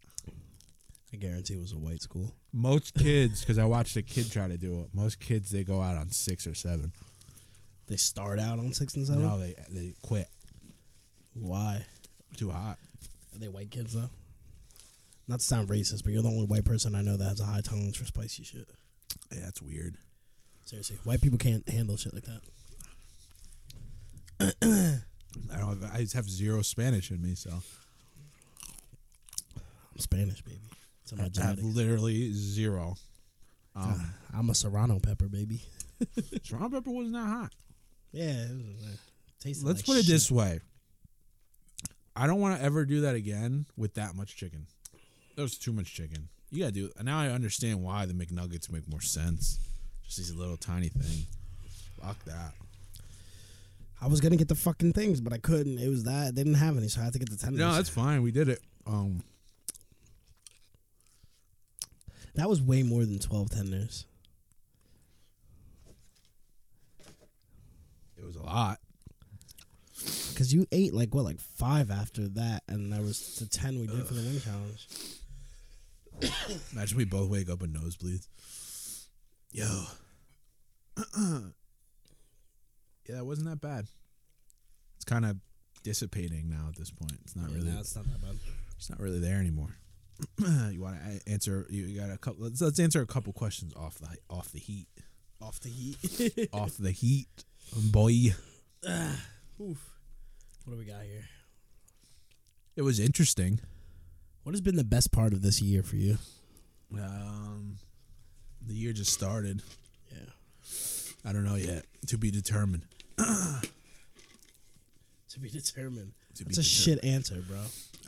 [SPEAKER 7] I guarantee it was a white school.
[SPEAKER 6] Most kids, because I watched a kid try to do it. Most kids they go out on six or seven.
[SPEAKER 7] They start out on six and seven.
[SPEAKER 6] No, they they quit.
[SPEAKER 7] Why?
[SPEAKER 6] Too hot.
[SPEAKER 7] Are they white kids though? Not to sound racist, but you're the only white person I know that has a high tolerance for spicy shit.
[SPEAKER 6] Yeah, that's weird.
[SPEAKER 7] Seriously, white people can't handle shit like that.
[SPEAKER 6] I don't. Have, I just have zero Spanish in me, so
[SPEAKER 7] I'm Spanish, baby. It's in
[SPEAKER 6] I
[SPEAKER 7] my
[SPEAKER 6] have
[SPEAKER 7] genetics.
[SPEAKER 6] literally zero.
[SPEAKER 7] I'm a serrano pepper, baby.
[SPEAKER 6] Toronto pepper wasn't that hot.
[SPEAKER 7] Yeah, it was, uh, tasted
[SPEAKER 6] Let's
[SPEAKER 7] like
[SPEAKER 6] put it
[SPEAKER 7] shit.
[SPEAKER 6] this way. I don't want to ever do that again with that much chicken. That was too much chicken. You gotta do. Now I understand why the McNuggets make more sense. Just these little tiny thing. Fuck that.
[SPEAKER 7] I was gonna get the fucking things, but I couldn't. It was that they didn't have any, so I had to get the tenders.
[SPEAKER 6] No, that's fine. We did it. Um,
[SPEAKER 7] that was way more than twelve tenders.
[SPEAKER 6] it was a lot.
[SPEAKER 7] Cause you ate like what, like five after that, and that was the ten we did for the wing challenge.
[SPEAKER 6] Imagine we both wake up with nosebleeds. Yo. *clears throat* yeah, that wasn't that bad. It's kind of dissipating now at this point. It's not really.
[SPEAKER 7] Nah, it's not that bad.
[SPEAKER 6] it's not really there anymore. *clears throat* you want to answer? You got a couple. Let's, let's answer a couple questions off the off the heat,
[SPEAKER 7] Off the heat.
[SPEAKER 6] *laughs* off the heat, boy.
[SPEAKER 7] Oof. What do we got here?
[SPEAKER 6] It was interesting.
[SPEAKER 7] What has been the best part of this year for you?
[SPEAKER 6] Um, the year just started.
[SPEAKER 7] Yeah.
[SPEAKER 6] I don't know yet. To be determined.
[SPEAKER 7] To be determined.
[SPEAKER 6] To be
[SPEAKER 7] That's a shit answer, bro.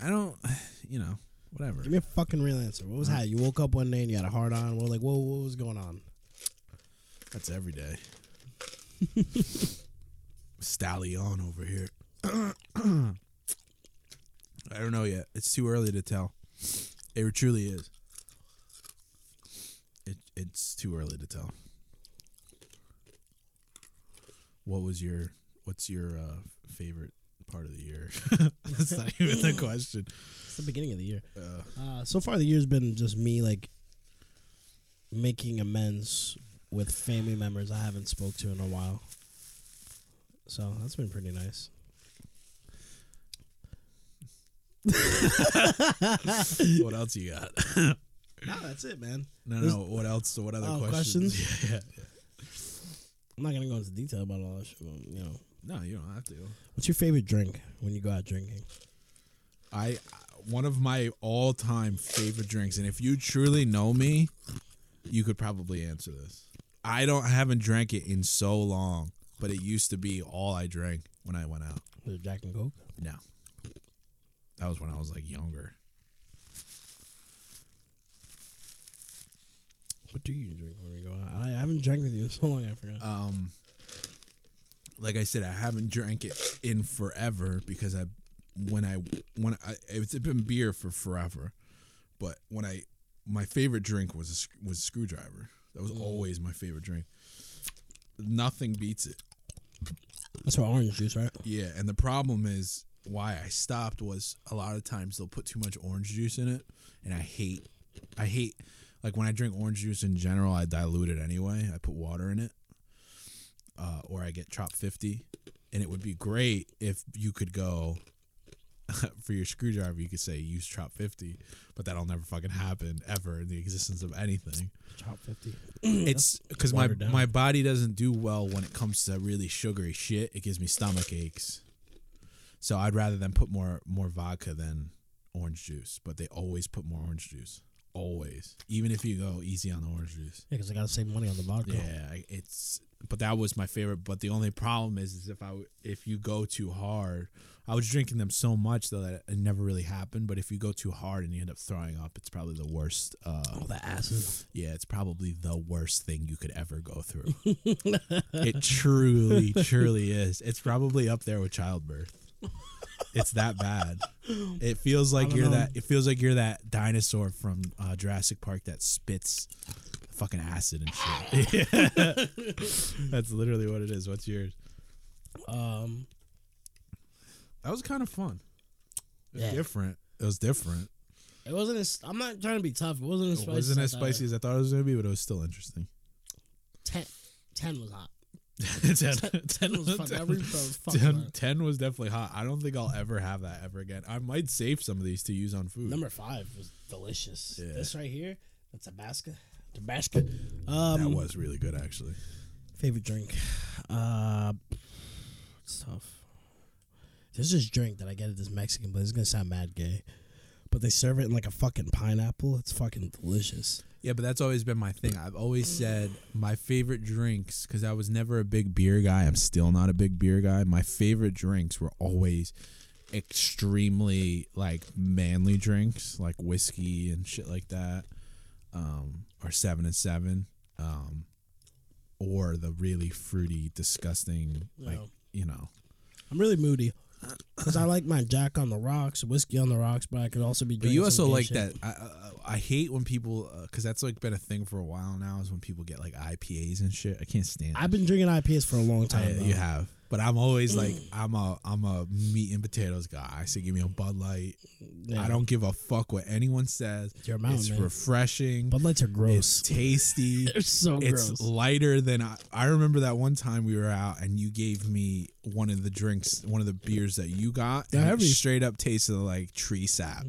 [SPEAKER 6] I don't. *sighs* You know. Whatever.
[SPEAKER 7] Give me a fucking real answer. What was that? You woke up one day and you had a hard on. We're like, whoa, what was going on?
[SPEAKER 6] That's every day. *laughs* Stallion over here. *clears throat* I don't know yet. It's too early to tell. It truly is. It, it's too early to tell. What was your what's your uh, favorite part of the year? *laughs* That's not even the question.
[SPEAKER 7] It's the beginning of the year. Uh, so far, the year's been just me like making amends with family members I haven't spoke to in a while. So that's been pretty nice.
[SPEAKER 6] What else you got?
[SPEAKER 7] No, that's it, man.
[SPEAKER 6] No, no. What else? What other
[SPEAKER 7] Oh,
[SPEAKER 6] questions?
[SPEAKER 7] questions?
[SPEAKER 6] Yeah, yeah.
[SPEAKER 7] I'm not gonna go into detail about all that shit. But, you know,
[SPEAKER 6] *laughs* No, you don't have to.
[SPEAKER 7] what's your favorite drink when you go out drinking?
[SPEAKER 6] I one of my all-time favorite drinks, and if you truly know me, you could probably answer this. I don't I haven't drank it in so long, but it used to be all I drank when I went out.
[SPEAKER 7] Was it Jack and Coke?
[SPEAKER 6] No, that was when I was like younger.
[SPEAKER 7] What do you drink when we go out? I haven't drank with you in so long. I forgot.
[SPEAKER 6] Like I said, I haven't drank it in forever because I when I when I it's been beer for forever, but when I my favorite drink was a, sc- was screwdriver. That was always my favorite drink. Nothing beats it.
[SPEAKER 7] that's why orange juice, right?
[SPEAKER 6] Yeah, and the problem is why I stopped was a lot of times they'll put too much orange juice in it, and I hate, I hate, like when I drink orange juice in general, I dilute it anyway. I put water in it, uh, or I get Trop Fifty, and it would be great if you could go *laughs* for your screwdriver. You could say use Trop Fifty, but that'll never fucking happen ever in the existence of anything
[SPEAKER 7] Top fifty.
[SPEAKER 6] it's because my
[SPEAKER 7] watered down.
[SPEAKER 6] my body doesn't do well when it comes to really sugary shit. It gives me stomach aches. So I'd rather them put more more vodka than orange juice, but they always put more orange juice. Always, even if you go easy on the orange juice.
[SPEAKER 7] Yeah, because I gotta save money on the vodka.
[SPEAKER 6] Yeah, I- it's but that was my favorite. But the only problem is, is if I w- if you go too hard, I was drinking them so much though that it never really happened. But if you go too hard and you end up throwing up, it's probably the worst. Uh,
[SPEAKER 7] All the acid.
[SPEAKER 6] yeah, it's probably the worst thing you could ever go through. it
[SPEAKER 7] *laughs*
[SPEAKER 6] truly, truly is. It's probably up there with childbirth. It's that bad. It feels like you're that. It feels like you're that dinosaur from uh, Jurassic Park that spits fucking acid and shit. *laughs* That's literally what it is. What's yours?
[SPEAKER 7] Um,
[SPEAKER 6] That was kind of fun. It was
[SPEAKER 7] Yeah.
[SPEAKER 6] different. It was different.
[SPEAKER 7] it wasn't as. I'm not trying to be tough. It wasn't as
[SPEAKER 6] It
[SPEAKER 7] spicy.
[SPEAKER 6] wasn't as
[SPEAKER 7] I thought it-
[SPEAKER 6] spicy as I thought it was gonna be, but it was still interesting.
[SPEAKER 7] Ten, ten was *laughs* hot.
[SPEAKER 6] *laughs* ten,
[SPEAKER 7] ten was fucking- that refill was fucking
[SPEAKER 6] 10,
[SPEAKER 7] hot.
[SPEAKER 6] 10 was definitely hot. I don't think I'll ever have that ever again. I might save some of these to use on food.
[SPEAKER 7] Number five was delicious.
[SPEAKER 6] Yeah.
[SPEAKER 7] This right here, the Tabasco. Tabasco. Um,
[SPEAKER 6] that was really good, actually.
[SPEAKER 7] favorite drink. Uh, it's tough. There's this drink that I get at this Mexican place. It's gonna sound mad gay, but they serve it in like a fucking pineapple. It's fucking delicious.
[SPEAKER 6] Yeah, but that's always been my thing. I've always said my favorite drinks because I was never a big beer guy. I'm still not a big beer guy. My favorite drinks were always extremely like manly drinks, like whiskey and shit like that, um, or seven and seven, um, or the really fruity, disgusting, like
[SPEAKER 7] Yeah.
[SPEAKER 6] you know,
[SPEAKER 7] I'm
[SPEAKER 6] *coughs*
[SPEAKER 7] really moody because I like my Jack on the rocks, whiskey on the rocks, but I could also be.
[SPEAKER 6] But
[SPEAKER 7] Drinking
[SPEAKER 6] you also
[SPEAKER 7] some gay
[SPEAKER 6] like
[SPEAKER 7] shit.
[SPEAKER 6] that. I, uh, I I hate when people because that's like been a thing for a while now is when people get like IPAs and shit. I can't stand.
[SPEAKER 7] I've been drinking IPAs for a long
[SPEAKER 6] it.
[SPEAKER 7] time.
[SPEAKER 6] I-
[SPEAKER 7] though. Mm.
[SPEAKER 6] you have, but I'm always like I'm a I'm a meat and potatoes guy. I say give me a Bud Light.
[SPEAKER 7] Yeah.
[SPEAKER 6] I don't give a fuck what anyone says.
[SPEAKER 7] your mountain,
[SPEAKER 6] it's
[SPEAKER 7] man.
[SPEAKER 6] refreshing.
[SPEAKER 7] Bud Lights are
[SPEAKER 6] It's
[SPEAKER 7] gross.
[SPEAKER 6] tasty.
[SPEAKER 7] *laughs* They're so
[SPEAKER 6] it's
[SPEAKER 7] gross.
[SPEAKER 6] lighter than I, I remember that one time we were out and you gave me one of the drinks, one of the beers that you got.
[SPEAKER 7] They're
[SPEAKER 6] and it
[SPEAKER 7] heavy. Mm.
[SPEAKER 6] straight up tasted like tree sap.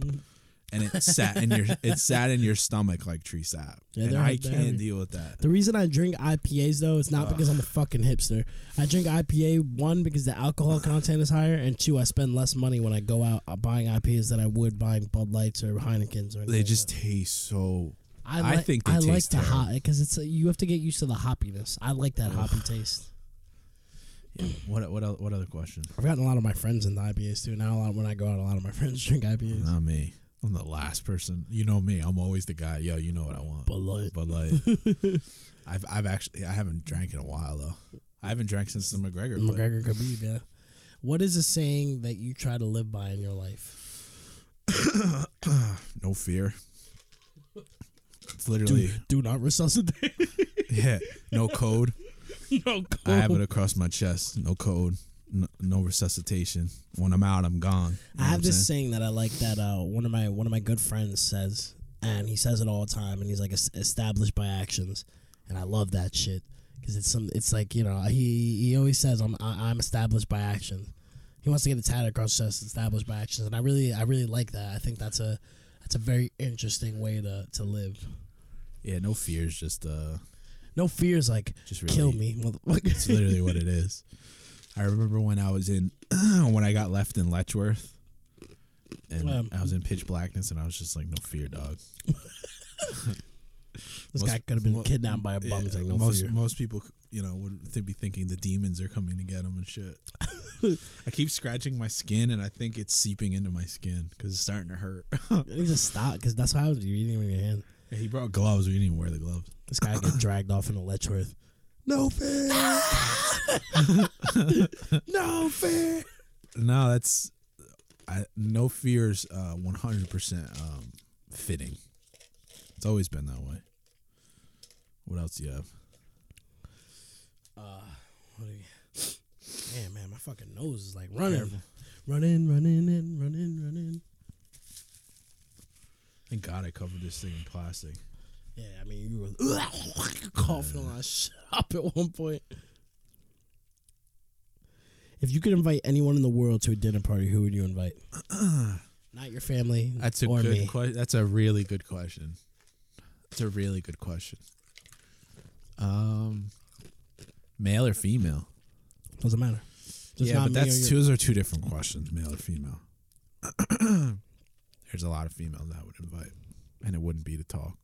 [SPEAKER 6] And it sat in
[SPEAKER 7] *laughs*
[SPEAKER 6] your it sat in your stomach like tree sap.
[SPEAKER 7] Yeah,
[SPEAKER 6] and
[SPEAKER 7] they're-
[SPEAKER 6] I
[SPEAKER 7] they're
[SPEAKER 6] can't
[SPEAKER 7] heavy.
[SPEAKER 6] deal with that.
[SPEAKER 7] The reason I drink IPAs though, it's not because I'm a fucking hipster. I drink IPA one because the alcohol content is higher, and two, I spend less money when I go out uh, buying IPAs than I would buying Bud Lights or Heinekens or anything.
[SPEAKER 6] They
[SPEAKER 7] like
[SPEAKER 6] just taste so
[SPEAKER 7] that. I,
[SPEAKER 6] I
[SPEAKER 7] like-
[SPEAKER 6] think they
[SPEAKER 7] I like
[SPEAKER 6] taste
[SPEAKER 7] the
[SPEAKER 6] terrible.
[SPEAKER 7] hot because it's uh, you have to get used to the hoppiness. I like that hoppy taste.
[SPEAKER 6] Yeah. What what el- what other question?
[SPEAKER 7] I've gotten a lot of my friends into IPAs too. Now a lot when I go out, a lot of my *laughs* friends drink IPAs.
[SPEAKER 6] Not me. I'm the last person. You know me. I'm always the guy. Yo, you know what I want.
[SPEAKER 7] Bud Light.
[SPEAKER 6] But like, I've I've actually I haven't drank in a while though. I haven't drank since the McGregor. play.
[SPEAKER 7] McGregor Khabib, yeah. What is a saying that you try to live by in your life?
[SPEAKER 6] No fear. It's literally
[SPEAKER 7] Do not resuscitate.
[SPEAKER 6] *laughs* yeah. No code.
[SPEAKER 7] no,
[SPEAKER 6] I have it across my chest. No code. No, no resuscitation. When I'm out, I'm gone. You know
[SPEAKER 7] I
[SPEAKER 6] what I'm
[SPEAKER 7] have this
[SPEAKER 6] saying?
[SPEAKER 7] saying that I like that uh, one of my one of my good friends says, and he says it all the time, and he's like "Es- established by actions, and I love that shit because it's some it's like you know he he always says I'm I, I'm established by action. He wants to get a tat across his chest, established by actions, and I really I really like that. I think that's a that's a very interesting way to to live.
[SPEAKER 6] Yeah. No fear is just uh.
[SPEAKER 7] No fears like
[SPEAKER 6] Just
[SPEAKER 7] just
[SPEAKER 6] really-
[SPEAKER 7] kill me, *laughs*
[SPEAKER 6] It's
[SPEAKER 7] motherfucker.
[SPEAKER 6] literally what it is. I remember when I was in *clears throat* when I got left in Letchworth, and
[SPEAKER 7] Um,
[SPEAKER 6] I was in pitch blackness, and I was just like, "No fear, dog."
[SPEAKER 7] this
[SPEAKER 6] most-
[SPEAKER 7] guy could have been
[SPEAKER 6] mo-
[SPEAKER 7] kidnapped by a bum. He's like, no
[SPEAKER 6] most
[SPEAKER 7] fear.
[SPEAKER 6] most people, you know, would th- be thinking the demons are coming to get him and shit. *laughs* I keep scratching my skin, and I think it's seeping into my skin because it's starting to hurt. *laughs*
[SPEAKER 7] You just stop because that's how I was reading with your hand.
[SPEAKER 6] he brought gloves. We didn't even wear the gloves.
[SPEAKER 7] This guy
[SPEAKER 6] *coughs*
[SPEAKER 7] gets dragged off into Letchworth. No fear.
[SPEAKER 6] *laughs* No fear. No, that's I, no fears. Uh, one hundred percent um fitting. It's always been that way. What else do you have?
[SPEAKER 7] What are you- uh, Man, man, my fucking nose is like running, running, running, and running, running.
[SPEAKER 6] Thank God I covered this thing in plastic.
[SPEAKER 7] Yeah, I mean, you were *laughs* coughing all that shit up at one point. If you could invite anyone in the world to a dinner party, who would
[SPEAKER 6] *clears throat*
[SPEAKER 7] you invite? Not your family.
[SPEAKER 6] That's a
[SPEAKER 7] or
[SPEAKER 6] good
[SPEAKER 7] me.
[SPEAKER 6] question. That's a really good question. It's a really good question. Um, male or female?
[SPEAKER 7] Doesn't matter. Just
[SPEAKER 6] yeah,
[SPEAKER 7] not
[SPEAKER 6] but
[SPEAKER 7] me or
[SPEAKER 6] that's
[SPEAKER 7] you.
[SPEAKER 6] two. Those are two different questions. Male or female? *clears throat* There's a lot of females I would invite, and it wouldn't be to talk.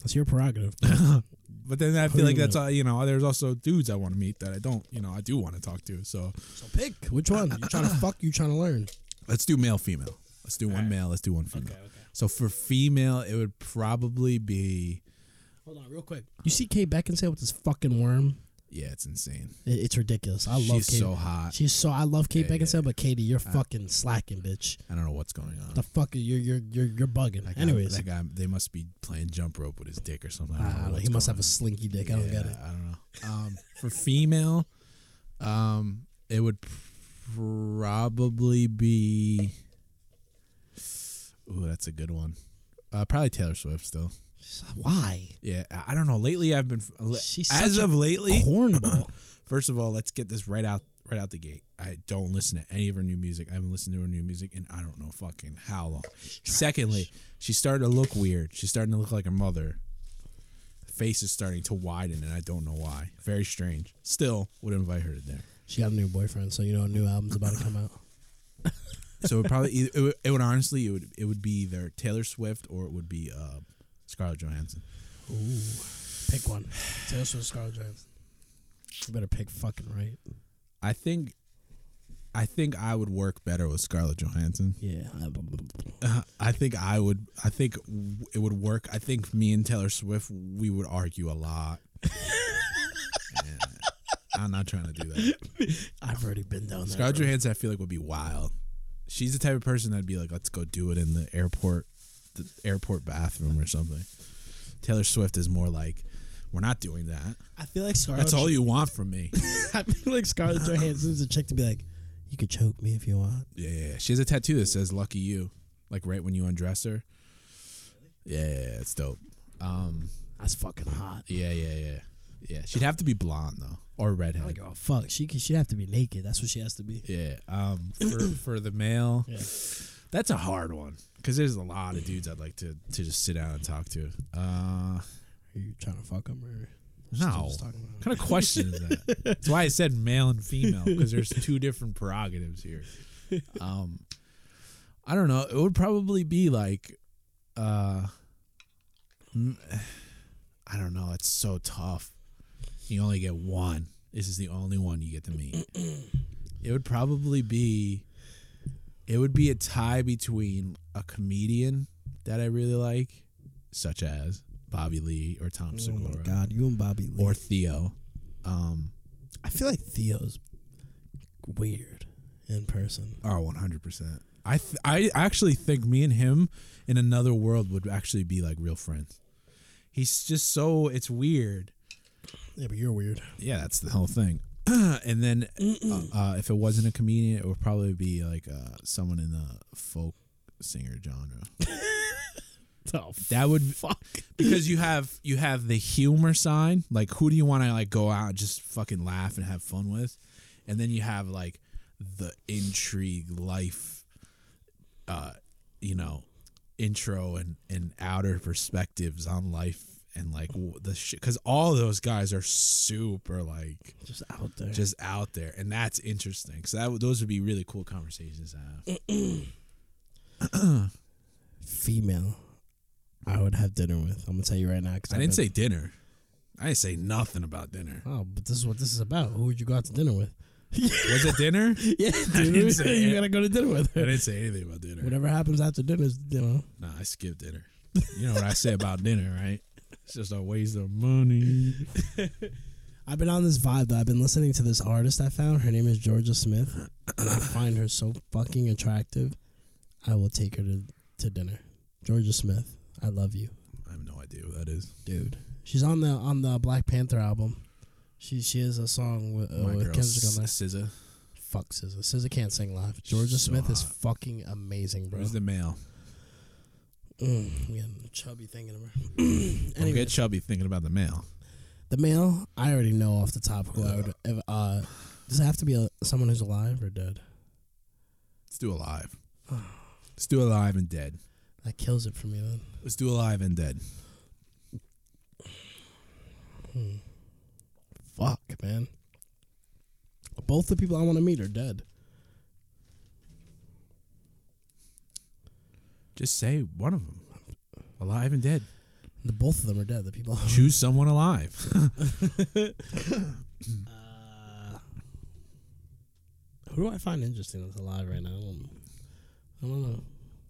[SPEAKER 7] That's
[SPEAKER 6] *laughs*
[SPEAKER 7] your prerogative.
[SPEAKER 6] But then I
[SPEAKER 7] do
[SPEAKER 6] feel like
[SPEAKER 7] you
[SPEAKER 6] that's all you know. There's also dudes I want to meet that I don't, you know, I do want to talk to. So
[SPEAKER 7] so pick which one. You trying to fuck? You trying to learn?
[SPEAKER 6] let's do male, female. Let's do one male. Let's do one female. So for female, it would probably be
[SPEAKER 7] Hold on, real quick. You see Kate Beckinsale with this fucking worm?
[SPEAKER 6] yeah, it's insane.
[SPEAKER 7] It- It's ridiculous. I love
[SPEAKER 6] She's
[SPEAKER 7] Kate.
[SPEAKER 6] so hot.
[SPEAKER 7] She's so I love Kate Beckinsale, but Katie, you're
[SPEAKER 6] Uh,
[SPEAKER 7] fucking slacking, bitch.
[SPEAKER 6] I don't know what's going on.
[SPEAKER 7] The fuck are you? You're you're you're bugging.
[SPEAKER 6] That guy-
[SPEAKER 7] Anyways,
[SPEAKER 6] that guy they must be playing jump rope with his dick or something. I
[SPEAKER 7] I
[SPEAKER 6] don't
[SPEAKER 7] don't
[SPEAKER 6] know
[SPEAKER 7] know, he
[SPEAKER 6] what's
[SPEAKER 7] must
[SPEAKER 6] going
[SPEAKER 7] have a slinky dick. I don't get
[SPEAKER 6] on.
[SPEAKER 7] it.
[SPEAKER 6] I don't know. Um, for female, um, it would probably be. Ooh, that's a good one. Uh, probably Taylor Swift still.
[SPEAKER 7] Why?
[SPEAKER 6] Yeah, I I don't know. Lately, I've been
[SPEAKER 7] She's
[SPEAKER 6] as
[SPEAKER 7] such a
[SPEAKER 6] of lately. *clears throat*
[SPEAKER 7] Cornball.
[SPEAKER 6] First of all, let's get this right out right out the gate. I don't listen to any of her new music. I haven't listened to her new music in I don't know fucking how long. Secondly, she's starting to look weird. She's starting to look like her mother. The face is starting to widen, and I don't know why. Very strange. Still, would invite her to dinner.
[SPEAKER 7] she got a new boyfriend, so you know a new album's about to come out.
[SPEAKER 6] So it would probably *laughs* either, it, would, it would honestly it would it would be either Taylor Swift or it would be uh, Scarlett Johansson.
[SPEAKER 7] Pick one. Taylor Swift, Scarlett Johansson. You better pick fucking right.
[SPEAKER 6] I think. I think I would work better with Scarlett Johansson.
[SPEAKER 7] Yeah. I-
[SPEAKER 6] I think I would. I think w- it would work. I think me and Taylor Swift, we would argue a lot. Yeah. I'm not trying to do that.
[SPEAKER 7] I've already been down there.
[SPEAKER 6] Scarlett
[SPEAKER 7] bro.
[SPEAKER 6] Johansson, I feel like would be wild. She's the type of person that'd be like, "Let's go do it in the airport, the airport bathroom or something." Taylor Swift is more like, "We're not doing that.
[SPEAKER 7] I feel like Scarlett.
[SPEAKER 6] That's all you want from me."
[SPEAKER 7] *laughs* I feel like Scarlett
[SPEAKER 6] *laughs*
[SPEAKER 7] Johansson's a chick to be like, you could choke me if you want.
[SPEAKER 6] Yeah, yeah, yeah. She has a tattoo that says "Lucky You," like right when you undress her. Yeah, yeah, yeah it's dope. Um,
[SPEAKER 7] That's fucking hot.
[SPEAKER 6] Yeah, yeah, yeah. Yeah. She'd have to be blonde though. Or redhead.
[SPEAKER 7] Like, oh fuck, she could, she'd have to be naked. That's what she has to be.
[SPEAKER 6] yeah. Um for, for the male. That's a hard one. Because there's a lot of dudes I'd like to, to just sit down and talk to. Uh
[SPEAKER 7] Are you trying to fuck him or?
[SPEAKER 6] no.
[SPEAKER 7] just
[SPEAKER 6] What
[SPEAKER 7] talking about-
[SPEAKER 6] kind of question is that? That's why I said male and female, because there's two different prerogatives here. Um I don't know. It would probably be like uh I don't know. It's so tough. You only get one. This is the only one you get to meet. it would probably be. It would be a tie between a comedian that I really like, such as Bobby Lee or
[SPEAKER 7] Oh
[SPEAKER 6] Tom Segura,
[SPEAKER 2] Oh God, you and Bobby Lee.
[SPEAKER 6] or Theo. Um,
[SPEAKER 2] I feel like Theo's weird.
[SPEAKER 7] in person.
[SPEAKER 6] Oh, 100%. I th- I actually think me and him in another world would actually be like real friends. He's just so it's weird.
[SPEAKER 7] Yeah, but you're weird.
[SPEAKER 6] Yeah, that's the whole thing. *clears throat* and then uh, uh, if it wasn't a comedian, it would probably be like uh, someone in the folk singer genre.
[SPEAKER 7] Oh,
[SPEAKER 6] That would fuck because you have you have the humor sign, like who do you want to like go out and just fucking laugh and have fun with, and then you have like the intrigue life, uh, you know, intro and and outer perspectives on life and like w- the shit because all those guys are super like
[SPEAKER 2] Just out there.
[SPEAKER 6] just out there, and that's interesting. So that w- those would be really cool conversations to have.
[SPEAKER 7] female. I would have dinner with. I'm gonna tell you right now. Cause
[SPEAKER 6] I
[SPEAKER 7] I've
[SPEAKER 6] didn't
[SPEAKER 7] been-
[SPEAKER 6] say dinner. I didn't say nothing about dinner.
[SPEAKER 7] Oh, but this is what this is about. Who would you go out to
[SPEAKER 6] *laughs*
[SPEAKER 7] dinner with?
[SPEAKER 6] Was it dinner?
[SPEAKER 7] *laughs* Yeah,
[SPEAKER 6] didn't say
[SPEAKER 7] you
[SPEAKER 6] it.
[SPEAKER 7] gotta go to dinner with
[SPEAKER 6] I
[SPEAKER 7] her.
[SPEAKER 6] didn't say anything about dinner.
[SPEAKER 7] Whatever happens after dinner is dinner.
[SPEAKER 6] Nah, I skipped dinner. You know what I say about dinner, right? It's just a waste of money.
[SPEAKER 7] I've been on this vibe though. I've been listening to this artist I found. Her name is Georgia Smith, and I find her so fucking attractive. I will take her to, to dinner. Georgia Smith, I love you,
[SPEAKER 6] I have no idea what that is.
[SPEAKER 7] dude. She's on the on the Black Panther album. She she has a song with, uh,
[SPEAKER 6] My
[SPEAKER 7] with
[SPEAKER 6] girl,
[SPEAKER 7] Kendrick on there.
[SPEAKER 6] SZA.
[SPEAKER 7] Fuck SZA. SZA can't sing live. Georgia
[SPEAKER 6] So
[SPEAKER 7] Smith is
[SPEAKER 6] hot.
[SPEAKER 7] fucking amazing, bro.
[SPEAKER 6] Where's the male?
[SPEAKER 7] Mm, I'm getting chubby thinking of her.
[SPEAKER 6] Don't
[SPEAKER 7] Anyway,
[SPEAKER 6] get chubby thinking about the male.
[SPEAKER 7] the male, I already know off the top who I would. If, uh, does it have to be a, someone who's alive or dead?
[SPEAKER 6] Let's do
[SPEAKER 7] *sighs*
[SPEAKER 6] alive. Let's do alive and dead.
[SPEAKER 7] That kills it for me then.
[SPEAKER 6] Let's do alive and dead.
[SPEAKER 7] Fuck, man. Both the people I want to meet are dead.
[SPEAKER 6] Just say one of them. Alive and dead.
[SPEAKER 7] The, both of them are dead. The people.
[SPEAKER 6] Choose someone alive.
[SPEAKER 7] Who do I find interesting that's alive right now? I don't, I don't know.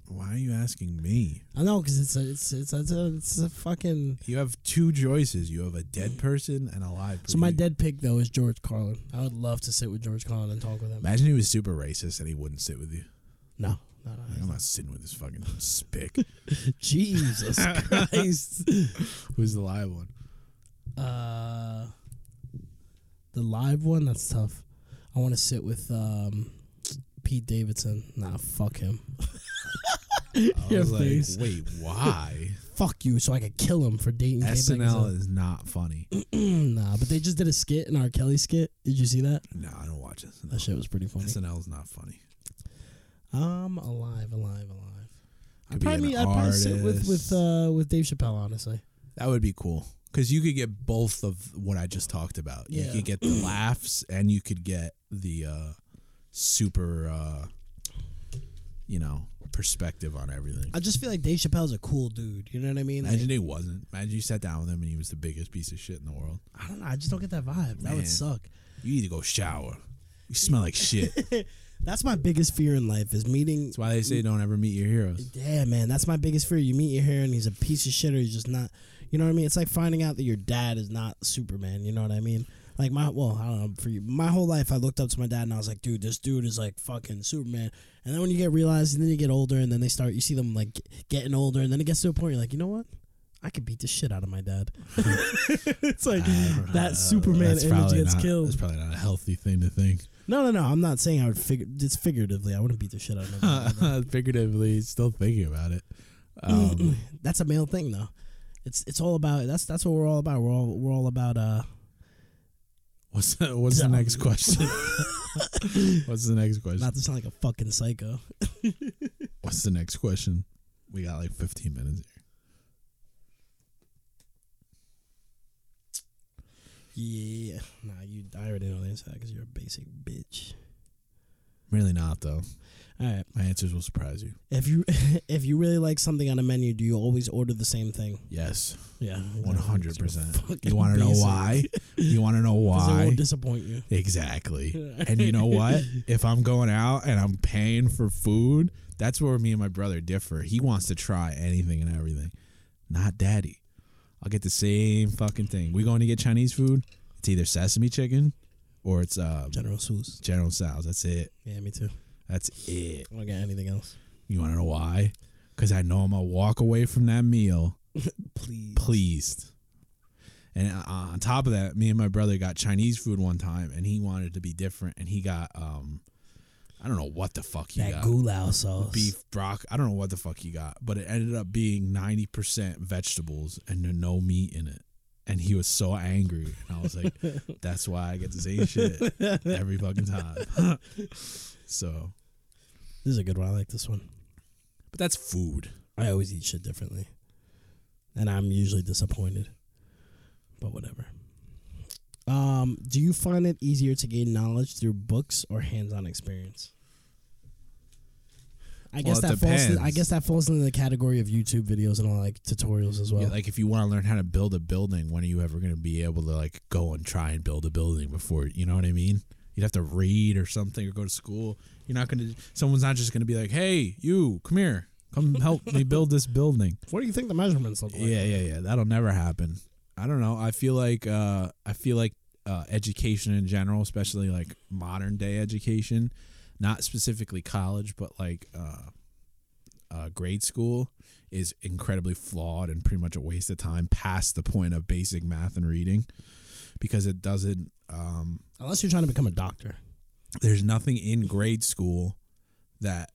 [SPEAKER 6] Why are you asking me?
[SPEAKER 7] I know because it's a, it's it's it's a, it's a fucking.
[SPEAKER 6] You have two choices. You have a dead person and a live person.
[SPEAKER 7] So my dead pick though is George Carlin. I would love to sit with George Carlin and talk with him.
[SPEAKER 6] Imagine he was super racist and he wouldn't sit with you.
[SPEAKER 7] No, no,
[SPEAKER 6] Like,
[SPEAKER 7] no.
[SPEAKER 6] I'm not sitting with this fucking spick. *laughs*
[SPEAKER 7] Jesus Christ.
[SPEAKER 6] Who's the live one?
[SPEAKER 7] Uh, the live one that's tough. I want to sit with um, Pete Davidson. Nah, fuck him. *laughs*
[SPEAKER 6] I
[SPEAKER 7] Your
[SPEAKER 6] was like,
[SPEAKER 7] face.
[SPEAKER 6] wait,
[SPEAKER 7] *laughs*
[SPEAKER 6] why?
[SPEAKER 7] Fuck you, so I could kill him for dating. K.
[SPEAKER 6] SNL
[SPEAKER 7] Beckinsale.
[SPEAKER 6] is not funny.
[SPEAKER 7] *clears throat* Nah, but they just did a skit, an R. Kelly skit. Did you see that?
[SPEAKER 6] no, I don't watch SNL.
[SPEAKER 7] That shit was pretty funny.
[SPEAKER 6] SNL is not funny.
[SPEAKER 7] Um, alive, alive, alive. I
[SPEAKER 6] Could be
[SPEAKER 7] probably,
[SPEAKER 6] an
[SPEAKER 7] I probably sit with
[SPEAKER 6] artist.
[SPEAKER 7] with uh, with Dave Chappelle. Honestly,
[SPEAKER 6] That would be cool because you could get both of what I just talked about. You
[SPEAKER 7] Yeah.
[SPEAKER 6] could
[SPEAKER 7] *clears throat*
[SPEAKER 6] get the laughs and you could get the uh, super, uh, you know, perspective on everything.
[SPEAKER 7] I just feel like Dave Chappelle's a cool dude. You know what I mean? Like,
[SPEAKER 6] Imagine he wasn't. Imagine you sat down with him and he was the biggest piece of shit in the world.
[SPEAKER 7] I don't know. I just don't get that vibe. That
[SPEAKER 6] Man.
[SPEAKER 7] would suck.
[SPEAKER 6] You need to go shower. You smell like
[SPEAKER 7] *laughs*
[SPEAKER 6] shit. That's
[SPEAKER 7] That's my biggest fear in life is meeting.
[SPEAKER 6] why they say don't ever meet your heroes.
[SPEAKER 7] Yeah, man, that's my biggest fear. You meet your hero and he's a piece of shit, or he's just not. You know what I mean? It's like finding out that your dad is not Superman. You know what I mean? Like my well, I don't know. For you, my whole life, I looked up to my dad and I was like, dude, this dude is like fucking Superman. And then when you get realized, and then you get older, and then they start, you see them like getting older, and then it gets to a point you're like, you know what? I could beat the shit out of my dad. *laughs* it's like that Superman
[SPEAKER 6] That's
[SPEAKER 7] energy
[SPEAKER 6] probably
[SPEAKER 7] gets
[SPEAKER 6] not-
[SPEAKER 7] killed.
[SPEAKER 6] That's probably not a healthy thing to think.
[SPEAKER 7] No, no, no. I'm not saying I would figure. It's figuratively. *laughs* I wouldn't beat the shit out
[SPEAKER 6] *laughs*
[SPEAKER 7] of my dad.
[SPEAKER 6] figuratively still thinking about
[SPEAKER 7] *clears throat*
[SPEAKER 6] it. Um,
[SPEAKER 7] that's a male thing though. It's it's all about that's that's what we're all about. We're all we're all about uh
[SPEAKER 6] What's the, what's the next
[SPEAKER 7] *laughs*
[SPEAKER 6] question? what's the next question?
[SPEAKER 7] not to sound like a fucking psycho.
[SPEAKER 6] what's the next question? We got like 15 minutes here.
[SPEAKER 7] Yeah. Nah, you I already know the answer to that because you're a basic bitch.
[SPEAKER 6] Really not though.
[SPEAKER 7] All right.
[SPEAKER 6] My answers will surprise you.
[SPEAKER 7] If you *laughs* if you really like something on a menu, do you always order the same thing?
[SPEAKER 6] Yes,
[SPEAKER 7] Yeah,
[SPEAKER 6] one hundred percent.
[SPEAKER 7] fucking
[SPEAKER 6] You want to know
[SPEAKER 7] basic. *laughs*
[SPEAKER 6] why? You want to know
[SPEAKER 7] Because it
[SPEAKER 6] why?
[SPEAKER 7] won't disappoint you.
[SPEAKER 6] Exactly. And you know what? If I'm going out and I'm paying for food, that's where me and my brother differ. He wants to try anything and everything. Not daddy. I'll get the same fucking thing. We going to get Chinese food? It's either sesame chicken or it's uh,
[SPEAKER 7] General Tso's.
[SPEAKER 6] General Tso's. That's it.
[SPEAKER 7] Yeah, me too.
[SPEAKER 6] That's it.
[SPEAKER 7] I don't get anything else.
[SPEAKER 6] You want to know why? Because I know I'm gonna walk away from that meal
[SPEAKER 7] Please.
[SPEAKER 6] pleased. And uh, on top of that, me and my brother got Chinese food one time, and he wanted to be different, and he got um, I don't know what the fuck he
[SPEAKER 7] That
[SPEAKER 6] got.
[SPEAKER 7] gulao sauce.
[SPEAKER 6] Beef brock. I don't know what the fuck he got, but it ended up being ninety percent vegetables and there no meat in it. And he was so angry, and I was like, "That's why I get the same shit every fucking time." *laughs* so,
[SPEAKER 7] This is a good one. I like this one.
[SPEAKER 6] but that's food.
[SPEAKER 7] I always eat shit differently, and I'm usually disappointed. But whatever. Um, do you find it easier to gain knowledge through books or hands-on experience? I guess
[SPEAKER 6] it
[SPEAKER 7] that falls.
[SPEAKER 6] depends.
[SPEAKER 7] I guess that falls into the category of YouTube videos and all like tutorials as well.
[SPEAKER 6] yeah, like if you want to learn how to build a building, when are you ever going to be able to like go and try and build a building before? You know what I mean? You'd have to read or something or go to school. You're not going to. Someone's not just going to be like, "Hey, you, come here, come help me build this building."
[SPEAKER 7] what do you think the measurements look like?
[SPEAKER 6] Yeah, yeah, yeah. That'll never happen. I don't know. I feel like uh, I feel like uh, education in general, especially like modern day education, not specifically college, but like uh, uh, grade school, is incredibly flawed and pretty much a waste of time past the point of basic math and reading, because it doesn't. Um,
[SPEAKER 7] Unless you're trying to become a doctor.
[SPEAKER 6] there's nothing in grade school that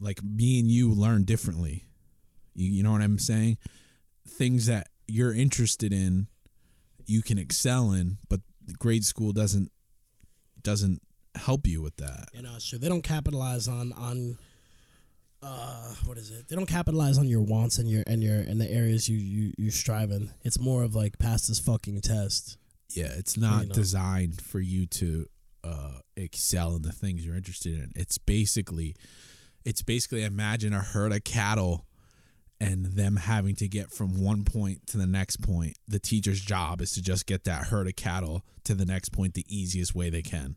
[SPEAKER 6] like me and you learn differently. You, you know what I'm saying? Things that you're interested in, you can excel in, but the grade school doesn't doesn't help you with that.
[SPEAKER 7] You know, sure. uh, They don't capitalize on on uh what is it? They don't capitalize on your wants and your and your and the areas you you you strive in. It's more of like pass this fucking test.
[SPEAKER 6] Yeah, it's not
[SPEAKER 7] know.
[SPEAKER 6] designed for you to uh, excel in the things you're interested in. It's basically, it's basically imagine a herd of cattle and them having to get from one point to the next point. The teacher's job is to just get that herd of cattle to the next point the easiest way they can.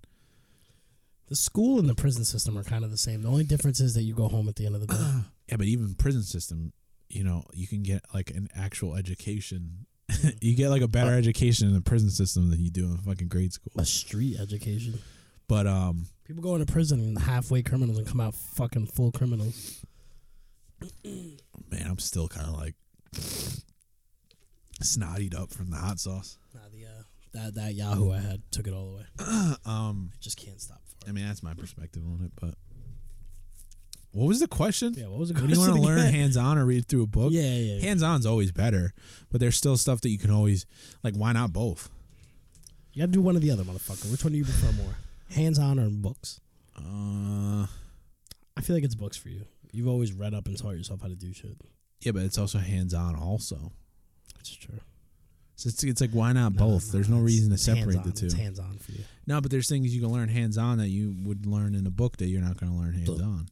[SPEAKER 7] The school and the prison system are kind of the same. The only difference is that you go home at the end of the day.
[SPEAKER 6] Yeah, but even prison system, you know, you can get like an actual education. *laughs* you get like a better education in the prison system than you do in fucking grade school.
[SPEAKER 7] *clears throat* a street education.
[SPEAKER 6] But um
[SPEAKER 7] People go into prison and halfway criminals and come out fucking full criminals.
[SPEAKER 6] man, I'm still kind of like snottied up from the hot sauce.
[SPEAKER 7] Nah, the uh, that that Yahoo I had took it all away. *clears throat* um, I just can't stop. For
[SPEAKER 6] I mean, that's my perspective on it, but what was the question?
[SPEAKER 7] Yeah, what was the
[SPEAKER 6] do you want to
[SPEAKER 7] question
[SPEAKER 6] learn
[SPEAKER 7] again?
[SPEAKER 6] hands on or read through a book?
[SPEAKER 7] Yeah, yeah, yeah.
[SPEAKER 6] Hands on's always better, but there's still stuff that you can always like why not both?
[SPEAKER 7] You gotta do one or the other, motherfucker. Which one do you prefer *sighs* more? Hands on or books?
[SPEAKER 6] Uh
[SPEAKER 7] I feel like it's books for you. You've always read up and taught yourself how to do shit.
[SPEAKER 6] yeah, but it's also hands on also.
[SPEAKER 7] That's true.
[SPEAKER 6] So it's, it's like why not both? there's no reason to separate the two.
[SPEAKER 7] It's hands on for you.
[SPEAKER 6] No, but there's things you can learn hands on that you would learn in a book that you're not going to learn hands on.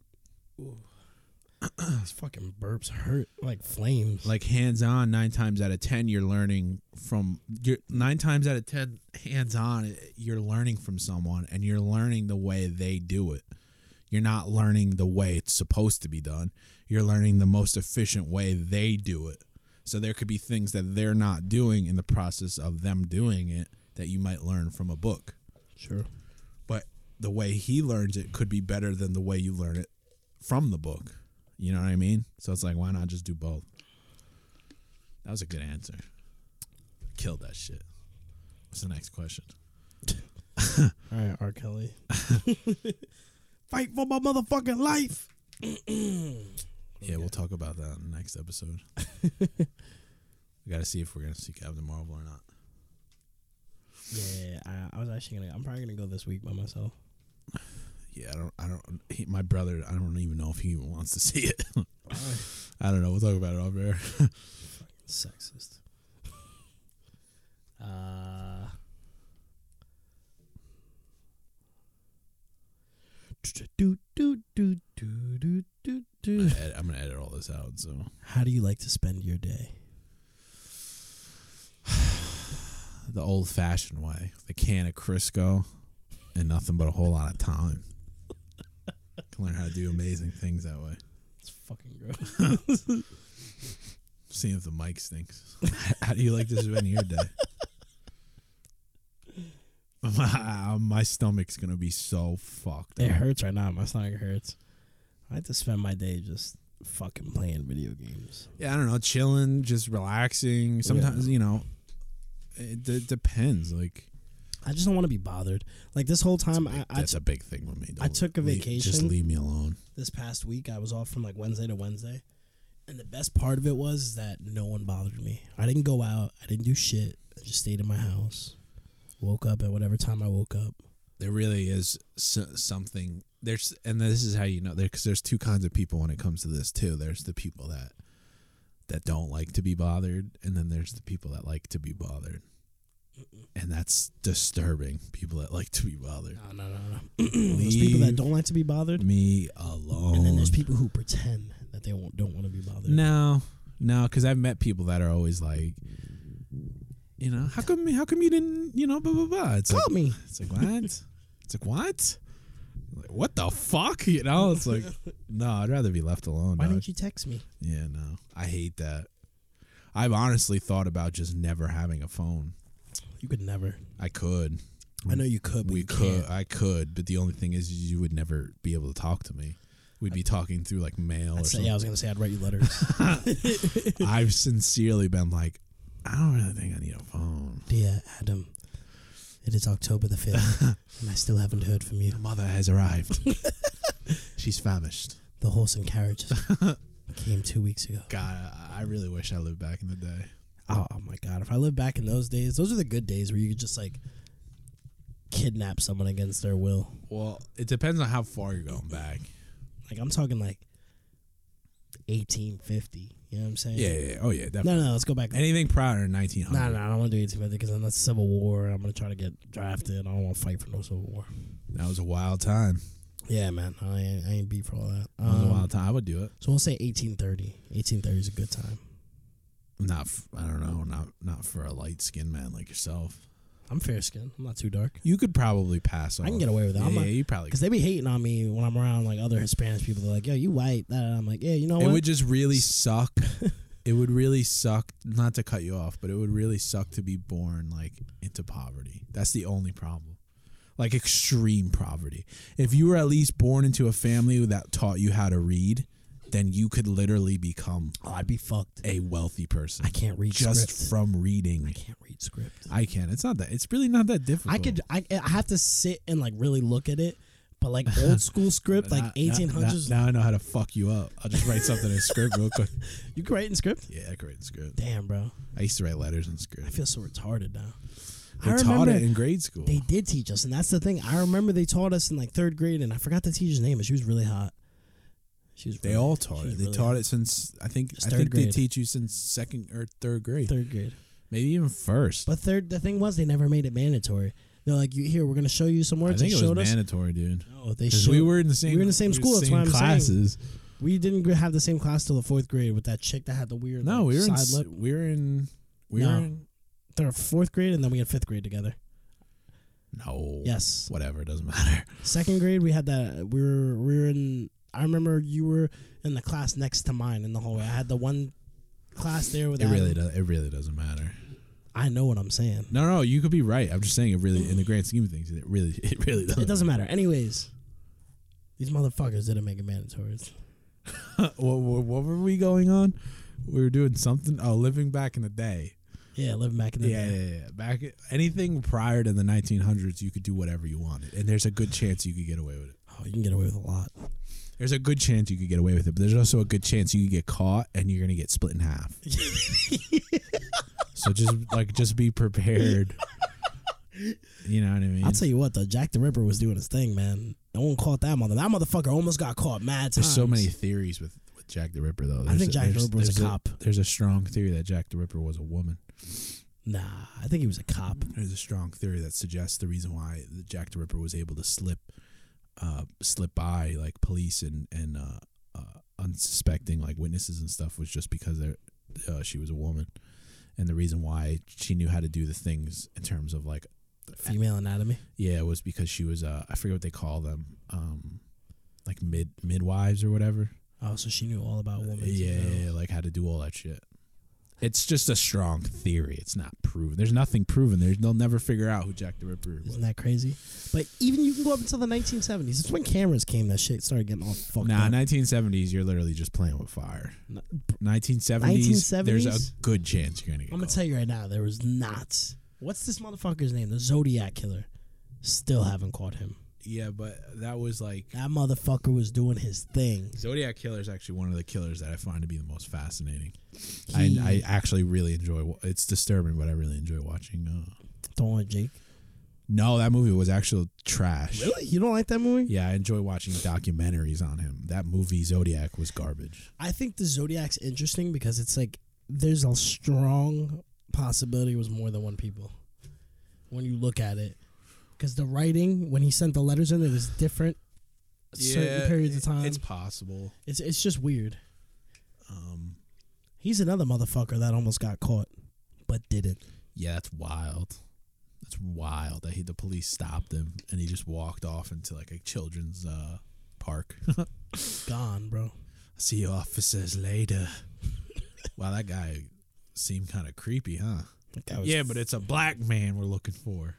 [SPEAKER 7] These fucking burps hurt like flames.
[SPEAKER 6] like hands on nine times out of ten you're learning from you're nine times out of ten hands on you're learning from someone and you're learning the way they do it you're not learning the way it's supposed to be done you're learning the most efficient way they do it so there could be things that they're not doing in the process of them doing it that you might learn from a book
[SPEAKER 7] sure.
[SPEAKER 6] but the way he learns it could be better than the way you learn it from the book. You know what I mean? So it's like, why not just do both? That was a good answer. Killed that shit. What's the next question?
[SPEAKER 7] All right, R. Kelly. Fight for my motherfucking life.
[SPEAKER 6] *clears throat* Yeah, we'll talk about that in the next episode. *laughs* we got to see if we're going to see Captain Marvel or not.
[SPEAKER 7] Yeah, I, I was actually gonna. I'm probably gonna go this week by myself.
[SPEAKER 6] Yeah, I don't, I don't, he, my brother, I don't even know if he even wants to see it. *laughs* I don't know. We'll talk about it off air.
[SPEAKER 7] Sexist. Uh. *laughs* Do, do, do, do, do, do.
[SPEAKER 6] Ed- I'm gonna edit all this out. So
[SPEAKER 7] How do you like to spend your day?
[SPEAKER 6] the old-fashioned way, the can of Crisco, and nothing but a whole lot of time. *laughs* Can learn how to do amazing things that way.
[SPEAKER 7] It's fucking gross. *laughs*
[SPEAKER 6] Seeing if the mic stinks. *laughs* how do you like this event your day? *laughs* My, my stomach's gonna be so fucked.
[SPEAKER 7] it
[SPEAKER 6] up.
[SPEAKER 7] hurts right now. My stomach hurts. I like to spend my day just fucking playing video games.
[SPEAKER 6] yeah, I don't know, chilling, just relaxing. Sometimes you know, it d- depends. Like
[SPEAKER 7] I just don't want to be bothered. Like this whole time, I, I
[SPEAKER 6] that's a big thing with me.
[SPEAKER 7] I
[SPEAKER 6] Don't
[SPEAKER 7] took a
[SPEAKER 6] leave- Just
[SPEAKER 7] vacation.
[SPEAKER 6] leave me alone.
[SPEAKER 7] this past week I was off from like Wednesday to Wednesday. And the best part of it was that no one bothered me. I didn't go out. I didn't do shit. I just stayed in my house. Woke up at whatever time I woke up.
[SPEAKER 6] There really is so- something. There's and this is how you know there because there's two kinds of people when it comes to this too. There's the people that that don't like to be bothered, and then there's the people that like to be bothered, and that's disturbing. People that like to be bothered.
[SPEAKER 7] No, no, no, no. *clears throat* there's people that
[SPEAKER 6] Leave
[SPEAKER 7] don't like to be bothered,
[SPEAKER 6] Me alone.
[SPEAKER 7] and then there's people who pretend that they won't, don't want to be bothered.
[SPEAKER 6] No, no, because I've met people that are always like, you know, how come, how come you didn't, you know, blah blah blah. It's
[SPEAKER 7] Tell
[SPEAKER 6] like,
[SPEAKER 7] me.
[SPEAKER 6] It's like
[SPEAKER 7] *laughs*
[SPEAKER 6] what? it's like what? Like, what the fuck? You know, it's
[SPEAKER 7] *laughs*
[SPEAKER 6] like no, I'd rather be left alone.
[SPEAKER 7] Why
[SPEAKER 6] dog.
[SPEAKER 7] didn't you text me?
[SPEAKER 6] Yeah, no, I hate that. I've honestly thought about just never having a phone.
[SPEAKER 7] You could never.
[SPEAKER 6] I could.
[SPEAKER 7] I know you could. But
[SPEAKER 6] We
[SPEAKER 7] you
[SPEAKER 6] could.
[SPEAKER 7] Can't.
[SPEAKER 6] I could, but the only thing is, you would never be able to talk to me. We'd be talking through like mail or
[SPEAKER 7] I'd say,
[SPEAKER 6] something.
[SPEAKER 7] yeah, I was gonna say I'd write you *laughs* letters.
[SPEAKER 6] *laughs* I've sincerely been like, I don't really think I need a phone.
[SPEAKER 7] Dear Adam, it is October the *laughs* fifth, and I still haven't heard from you.
[SPEAKER 6] The mother has
[SPEAKER 7] *laughs*
[SPEAKER 6] arrived. She's famished.
[SPEAKER 7] The horse and carriage *laughs* came two weeks ago.
[SPEAKER 6] God, I- I really wish I lived back in the day.
[SPEAKER 7] Oh, oh my god! If I lived back in those days, those are the good days where you could just like kidnap someone against their will.
[SPEAKER 6] Well, it depends on how far you're going back.
[SPEAKER 7] Like I'm talking like 1850. You know what I'm saying?
[SPEAKER 6] Yeah, yeah, yeah. oh yeah,
[SPEAKER 7] No,
[SPEAKER 6] definitely.
[SPEAKER 7] no, let's go back. No,
[SPEAKER 6] Anything prior to 1900.
[SPEAKER 7] no, I don't want to do 1850 because then that's Civil War. I'm gonna try to get drafted. I don't want to fight for no Civil War.
[SPEAKER 6] That was a wild time.
[SPEAKER 7] Yeah, man, I ain't, I ain't beat for all that.
[SPEAKER 6] That was a
[SPEAKER 7] Um,
[SPEAKER 6] wild time. I would do it.
[SPEAKER 7] so we'll say 1830. 1830 is a good time.
[SPEAKER 6] Not, f- I don't know, not not for a light skinned man like yourself.
[SPEAKER 7] I'm fair skinned. I'm not too dark.
[SPEAKER 6] You could probably pass. Off.
[SPEAKER 7] can get away with that.
[SPEAKER 6] Yeah,
[SPEAKER 7] I'm
[SPEAKER 6] Oh. yeah,
[SPEAKER 7] not-
[SPEAKER 6] you probably.
[SPEAKER 7] Because they be hating on me when I'm around like other Hispanic people. They're like, "Yo, you white?" That I'm like, "Yeah, you know
[SPEAKER 6] It
[SPEAKER 7] what?
[SPEAKER 6] would just really
[SPEAKER 7] *laughs*
[SPEAKER 6] suck. it would really suck not to cut you off, but it would really suck to be born like into poverty. That's the only problem. Like extreme poverty. If you were at least born into a family that taught you how to read, then you could literally become
[SPEAKER 7] oh, I'd be fucked.
[SPEAKER 6] a wealthy person.
[SPEAKER 7] I can't read
[SPEAKER 6] just
[SPEAKER 7] script.
[SPEAKER 6] from reading.
[SPEAKER 7] can't read script.
[SPEAKER 6] I can. It's not that. It's really not that difficult.
[SPEAKER 7] I could. I, I have to sit and like really look at it,
[SPEAKER 6] *laughs*
[SPEAKER 7] but like old school script, like
[SPEAKER 6] Now- now-
[SPEAKER 7] eighteen hundreds.
[SPEAKER 6] Now, now I know how to fuck you up. I'll just write something in script real
[SPEAKER 7] *laughs*
[SPEAKER 6] quick.
[SPEAKER 7] You can write in script?
[SPEAKER 6] Yeah, I could write in script.
[SPEAKER 7] Damn, bro,
[SPEAKER 6] I used to write letters in script.
[SPEAKER 7] I feel so retarded now.
[SPEAKER 6] They
[SPEAKER 7] I
[SPEAKER 6] taught
[SPEAKER 7] remember
[SPEAKER 6] it in grade school.
[SPEAKER 7] They did teach us, and that's the thing. I remember they taught us in like third grade, and I forgot the teacher's name, but she was really hot. She was.
[SPEAKER 6] They
[SPEAKER 7] really-
[SPEAKER 6] all taught
[SPEAKER 7] she was
[SPEAKER 6] it. They
[SPEAKER 7] really
[SPEAKER 6] taught
[SPEAKER 7] hot.
[SPEAKER 6] it since I think
[SPEAKER 7] Just
[SPEAKER 6] I
[SPEAKER 7] third
[SPEAKER 6] think they
[SPEAKER 7] grade.
[SPEAKER 6] teach you since second or third grade,
[SPEAKER 7] third grade.
[SPEAKER 6] maybe even first.
[SPEAKER 7] But third, the thing was they never made it mandatory. They're like, "You here? We're gonna show you some
[SPEAKER 6] I
[SPEAKER 7] words."
[SPEAKER 6] think
[SPEAKER 7] They
[SPEAKER 6] it was
[SPEAKER 7] showed us.
[SPEAKER 6] mandatory, dude.
[SPEAKER 7] No, they
[SPEAKER 6] Because
[SPEAKER 7] showed,
[SPEAKER 6] we were in the same
[SPEAKER 7] We were in the same school. that's why I'm saying
[SPEAKER 6] classes.
[SPEAKER 7] we didn't gr- have the same class till the fourth grade with that chick that had the weird.
[SPEAKER 6] No,
[SPEAKER 7] like,
[SPEAKER 6] we were in
[SPEAKER 7] side
[SPEAKER 6] s-
[SPEAKER 7] lip.
[SPEAKER 6] we were in we
[SPEAKER 7] No.
[SPEAKER 6] were in
[SPEAKER 7] They're fourth grade, and then we had fifth grade together.
[SPEAKER 6] no
[SPEAKER 7] Yes.
[SPEAKER 6] whatever it doesn't
[SPEAKER 7] *laughs*
[SPEAKER 6] matter.
[SPEAKER 7] Second grade, we had that. We were we were in. I remember you were in the class next to mine in the hallway. I had the one class there with.
[SPEAKER 6] It
[SPEAKER 7] Adam.
[SPEAKER 6] really does. It really doesn't matter.
[SPEAKER 7] I know what I'm saying.
[SPEAKER 6] No, no, you could be right. I'm just saying it really in the grand scheme of things, it really *laughs* it really doesn't.
[SPEAKER 7] It doesn't matter. Anyways, these motherfuckers didn't make it mandatory.
[SPEAKER 6] what, what, what were we going on? We were doing something. Oh, living back in the day.
[SPEAKER 7] Yeah, living back in the
[SPEAKER 6] Yeah,
[SPEAKER 7] day.
[SPEAKER 6] yeah, yeah. Back anything prior to the 1900s, you could do whatever you wanted, and there's a good chance you could get away with it.
[SPEAKER 7] Oh, you can get away with a lot.
[SPEAKER 6] There's a good chance you could get away with it, but there's also a good chance you could get caught and you're gonna get split in
[SPEAKER 7] *laughs*
[SPEAKER 6] half. so just like just be prepared. You know what I mean?
[SPEAKER 7] I'll tell you what, though, Jack the Ripper was doing his thing, man. No one caught that mother. That motherfucker almost got caught mad times.
[SPEAKER 6] there's so many theories with, with Jack the Ripper though. There's
[SPEAKER 7] think Jack the
[SPEAKER 6] there's-
[SPEAKER 7] Ripper was a
[SPEAKER 6] there's
[SPEAKER 7] cop.
[SPEAKER 6] there's a strong theory that Jack the Ripper was a woman.
[SPEAKER 7] Nah, I think he was a cop.
[SPEAKER 6] There's a strong theory that suggests the reason why the Jack the Ripper was able to slip uh, slip by like police and and uh, uh, unsuspecting like witnesses and stuff was just because they're, uh, she was a woman, and the reason why she knew how to do the things in terms of like
[SPEAKER 7] Female anatomy.
[SPEAKER 6] yeah, it was because she was uh I forget what they call them. Um like mid midwives or whatever.
[SPEAKER 7] Oh, so she knew all about women.
[SPEAKER 6] Yeah, yeah, yeah, like how to do all that shit. It's just a strong theory. It's not proven. There's nothing proven. There's they'll never figure out who Jack the Ripper was.
[SPEAKER 7] Isn't that crazy? But even you can go up until the 1970s. It's when cameras came. That shit started getting all fucked
[SPEAKER 6] Nah,
[SPEAKER 7] up.
[SPEAKER 6] 1970s, you're literally just playing with fire. 1970s, there's a
[SPEAKER 7] 1970s?
[SPEAKER 6] good chance you're gonna get.
[SPEAKER 7] I'm gonna
[SPEAKER 6] caught.
[SPEAKER 7] tell you right now, there was not. What's this motherfucker's name? The Zodiac killer. Still haven't caught him.
[SPEAKER 6] yeah, but that was like
[SPEAKER 7] That motherfucker was doing his thing.
[SPEAKER 6] Zodiac Killer is actually one of the killers that I find to be the most fascinating.
[SPEAKER 7] He-
[SPEAKER 6] I, I actually really enjoy. wa- It's disturbing, but I really enjoy watching. Uh,
[SPEAKER 7] Throwing Jake.
[SPEAKER 6] No, that movie was actual trash.
[SPEAKER 7] Really? You don't like that movie?
[SPEAKER 6] Yeah, I enjoy watching documentaries on him. That movie Zodiac was garbage.
[SPEAKER 7] I think the Zodiac's interesting because it's like there's a strong possibility it was more than one people when you look at it. Because the writing when he sent the letters in, it was different. certain periods of time.
[SPEAKER 6] It's possible.
[SPEAKER 7] It's it's just weird. Um,
[SPEAKER 6] Um,
[SPEAKER 7] he's another motherfucker that almost got caught, but didn't.
[SPEAKER 6] Yeah, that's wild. That's wild that he the police stopped him and he just walked off into like a children's uh, park. *laughs*
[SPEAKER 7] Gone, bro.
[SPEAKER 6] See you officers later. wow, that guy seemed kind of creepy, huh?
[SPEAKER 7] Like, that was
[SPEAKER 6] Yeah, but it's a black man we're looking for.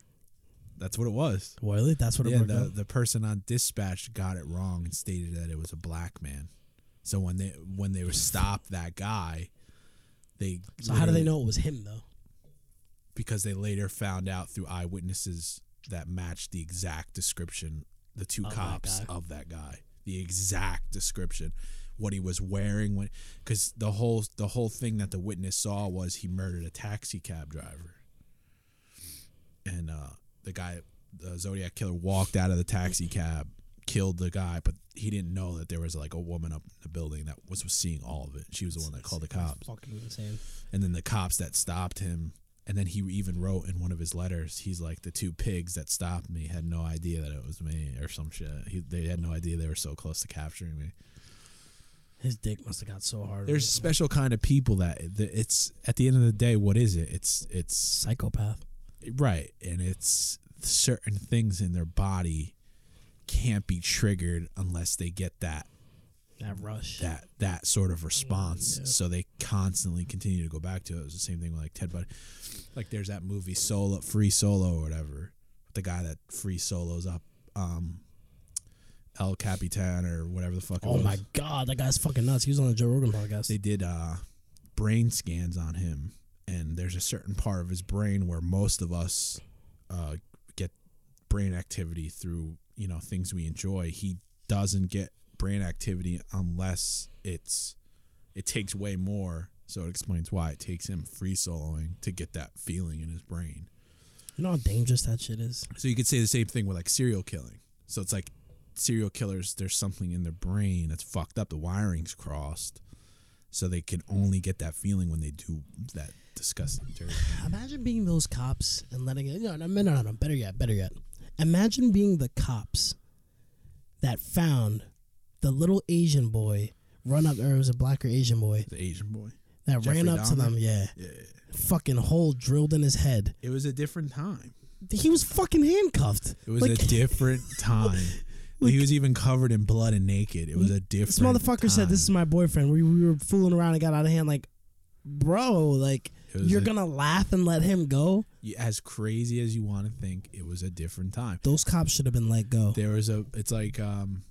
[SPEAKER 6] That's what it was.
[SPEAKER 7] Well, that's what it
[SPEAKER 6] Yeah,
[SPEAKER 7] worked
[SPEAKER 6] the,
[SPEAKER 7] out.
[SPEAKER 6] the person on dispatch got it wrong and stated that it was a black man. So when they when they were stopped that guy, they
[SPEAKER 7] So how do they
[SPEAKER 6] literally-
[SPEAKER 7] know it was him though?
[SPEAKER 6] Because they later found out through eyewitnesses that matched the exact description, the two cops
[SPEAKER 7] guy.
[SPEAKER 6] of that guy, the exact description, what he was wearing when, because the whole the whole thing that the witness saw was he murdered a taxi cab driver, and uh, the guy, the Zodiac killer, walked out of the taxi cab, killed the guy, but he didn't know that there was like a woman up in the building that was, was seeing all of it. She was the one that called the cops
[SPEAKER 7] Fucking insane.
[SPEAKER 6] and then the cops that stopped him and then he even wrote in one of his letters he's like the two pigs that stopped me had no idea that it was me or some shit he, they had no idea they were so close to capturing me
[SPEAKER 7] His dick must have got so hard.
[SPEAKER 6] there's a special kind of people that that it's at the end of the day what is it it's it's
[SPEAKER 7] psychopath.
[SPEAKER 6] right and it's certain things in their body can't be triggered unless they get that
[SPEAKER 7] That rush.
[SPEAKER 6] that that sort of response. So they constantly continue to go back to it. It was the same thing with like Ted Bundy. Like there's that movie Solo, Free Solo or whatever, with the guy that free solos up um El Capitan or whatever the fuck. It
[SPEAKER 7] oh
[SPEAKER 6] was.
[SPEAKER 7] my god, that guy's fucking nuts. He was on the Joe Rogan podcast.
[SPEAKER 6] They did uh brain scans on him, and there's a certain part of his brain where most of us uh get brain activity through you know things we enjoy. He doesn't get brain activity unless it's it takes way more. So it explains why it takes him free soloing to get that feeling in his brain.
[SPEAKER 7] you know how dangerous that shit is.
[SPEAKER 6] So you could say the same thing with like serial killing. So it's like serial killers, there's something in their brain that's fucked up. The wiring's crossed. So they can only get that feeling when they do that disgusting dirty. thing.
[SPEAKER 7] Imagine being those cops and letting it. No, no, no, no, no. Better yet, better yet. Imagine being the cops that found the little Asian boy run up, or it was a black or Asian boy
[SPEAKER 6] The Asian boy.
[SPEAKER 7] that
[SPEAKER 6] Jeffrey
[SPEAKER 7] ran up to
[SPEAKER 6] Dahmer?
[SPEAKER 7] them. Yeah, fucking hole drilled in his head.
[SPEAKER 6] It was a different time.
[SPEAKER 7] He was fucking handcuffed.
[SPEAKER 6] It was
[SPEAKER 7] like, *laughs*
[SPEAKER 6] a different time. he was even covered in blood and naked. It was a different
[SPEAKER 7] This motherfucker said, "This is
[SPEAKER 6] time.
[SPEAKER 7] my boyfriend." We, we were fooling around and got out of hand. Like, bro, like
[SPEAKER 6] It was
[SPEAKER 7] you're
[SPEAKER 6] a-
[SPEAKER 7] gonna laugh and let him go?
[SPEAKER 6] You- as crazy as you want to think, it was a different time.
[SPEAKER 7] Those cops should have been let go.
[SPEAKER 6] there was a it's like um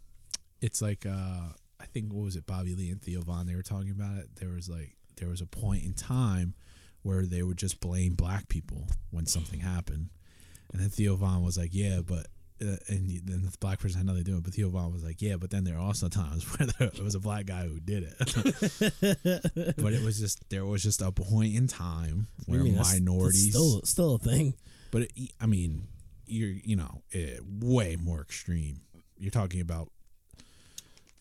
[SPEAKER 6] it's like uh i think what was it bobby lee and theo vaughn they were talking about it there was like there was a point in time where they would just blame black people when something happened and then theo vaughn was like yeah but uh, and you- then the black person had nothing to do with it but theo vaughn was like yeah but then there are also *laughs* times where there was a black guy who
[SPEAKER 7] *laughs*
[SPEAKER 6] did it but it was just there was just a point in time where
[SPEAKER 7] I mean, that's- that's
[SPEAKER 6] minorities
[SPEAKER 7] still still a thing.
[SPEAKER 6] but it, I mean, you're you know eh, way more extreme. You're
[SPEAKER 7] Oh,
[SPEAKER 6] talking about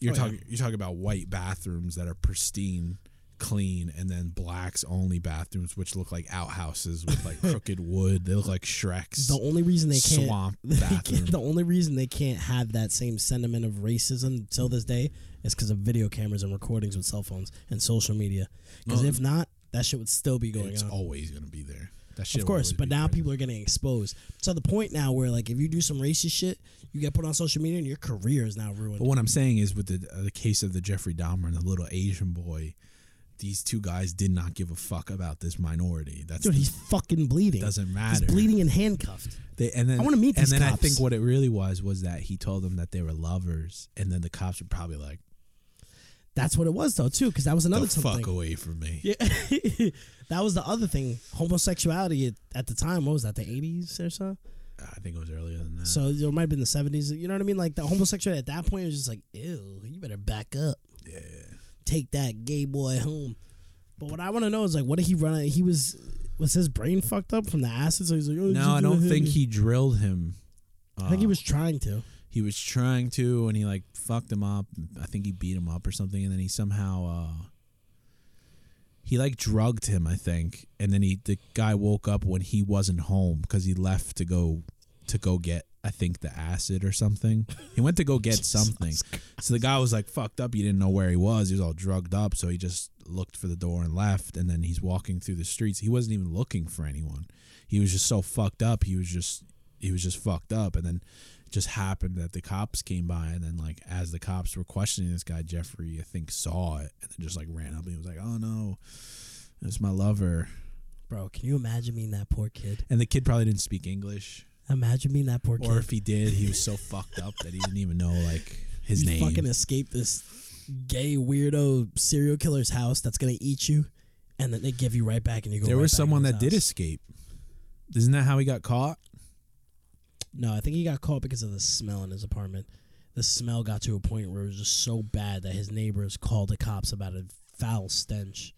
[SPEAKER 6] you're talking you're talking about white bathrooms that are pristine clean and then blacks only bathrooms which look like outhouses with
[SPEAKER 7] *laughs*
[SPEAKER 6] like crooked wood they look like shreks
[SPEAKER 7] The only reason they can't
[SPEAKER 6] swamp
[SPEAKER 7] *laughs* they can't-
[SPEAKER 6] bathroom
[SPEAKER 7] the only reason they can't have that same sentiment of racism till this day is because of video cameras and recordings with cell phones and social media. Because
[SPEAKER 6] Well,
[SPEAKER 7] if not, that shit would still be going
[SPEAKER 6] it's
[SPEAKER 7] on.
[SPEAKER 6] always gonna be there that shit
[SPEAKER 7] Of
[SPEAKER 6] will
[SPEAKER 7] course,
[SPEAKER 6] always
[SPEAKER 7] but
[SPEAKER 6] be
[SPEAKER 7] now
[SPEAKER 6] present.
[SPEAKER 7] people are getting exposed to the point now where like if you do some racist shit, you get put on social media and your career is now ruined.
[SPEAKER 6] But what I'm saying is, with the uh, the case of the Jeffrey Dahmer and the little Asian boy, these two guys did not give a fuck about this minority. That's
[SPEAKER 7] Dude, he's fucking bleeding.
[SPEAKER 6] Doesn't matter.
[SPEAKER 7] He's bleeding and handcuffed.
[SPEAKER 6] they, and then
[SPEAKER 7] I wanna meet
[SPEAKER 6] And
[SPEAKER 7] these
[SPEAKER 6] then I
[SPEAKER 7] cops.
[SPEAKER 6] think what it really was was that he told them that they were lovers, and then the cops were probably like,
[SPEAKER 7] That's what it was though too, because that was
[SPEAKER 6] "The
[SPEAKER 7] another
[SPEAKER 6] fuck
[SPEAKER 7] something.
[SPEAKER 6] away from me."
[SPEAKER 7] Yeah, *laughs* that was the other thing. Homosexuality at, at the time, what was that? The eighties or so.
[SPEAKER 6] I think it was earlier than that.
[SPEAKER 7] So it might have been the seventies. You know what I mean? Like the homosexuality at that point was just like, ew, you better back up. Yeah. Take that gay boy home. But what I want to know is like, what did he run? out- He was was his brain fucked up from the acid? So he's like, oh,
[SPEAKER 6] no, I don't think he Uh. drilled him.
[SPEAKER 7] I think he was trying to.
[SPEAKER 6] He was trying to, and he like fucked him up. I think he beat him up or something, and then he somehow uh, he like drugged him, I think, and then he the guy woke up when he wasn't home because he left to go to go get I think the acid or something. He went to go get something, so the guy was like fucked up. He didn't know where he was. He was all drugged up, so he just looked for the door and left. And then he's walking through the streets. He wasn't even looking for anyone. He was just so fucked up. He was just he was just fucked up, and then. it Just happened that the cops came by, and then like as the cops were questioning this guy, Jeffrey I think saw it, and then just like ran up and he was like, "Oh no, it's my lover.
[SPEAKER 7] Bro, can you imagine being that poor kid?
[SPEAKER 6] And the kid probably didn't speak English.
[SPEAKER 7] Imagine being that poor kid.
[SPEAKER 6] Or if he did, he was so fucked up that he didn't even know like his
[SPEAKER 7] you
[SPEAKER 6] name.
[SPEAKER 7] fucking escape this gay weirdo serial killer's house that's gonna eat you, and then they give you right back, and you go.
[SPEAKER 6] there
[SPEAKER 7] right
[SPEAKER 6] was
[SPEAKER 7] back
[SPEAKER 6] someone
[SPEAKER 7] in
[SPEAKER 6] that
[SPEAKER 7] his
[SPEAKER 6] did
[SPEAKER 7] house.
[SPEAKER 6] escape. Isn't that how he got caught?
[SPEAKER 7] No, I think he got caught because of the smell in his apartment. The smell got to a point where it was just so bad that his neighbors called the cops about a foul stench.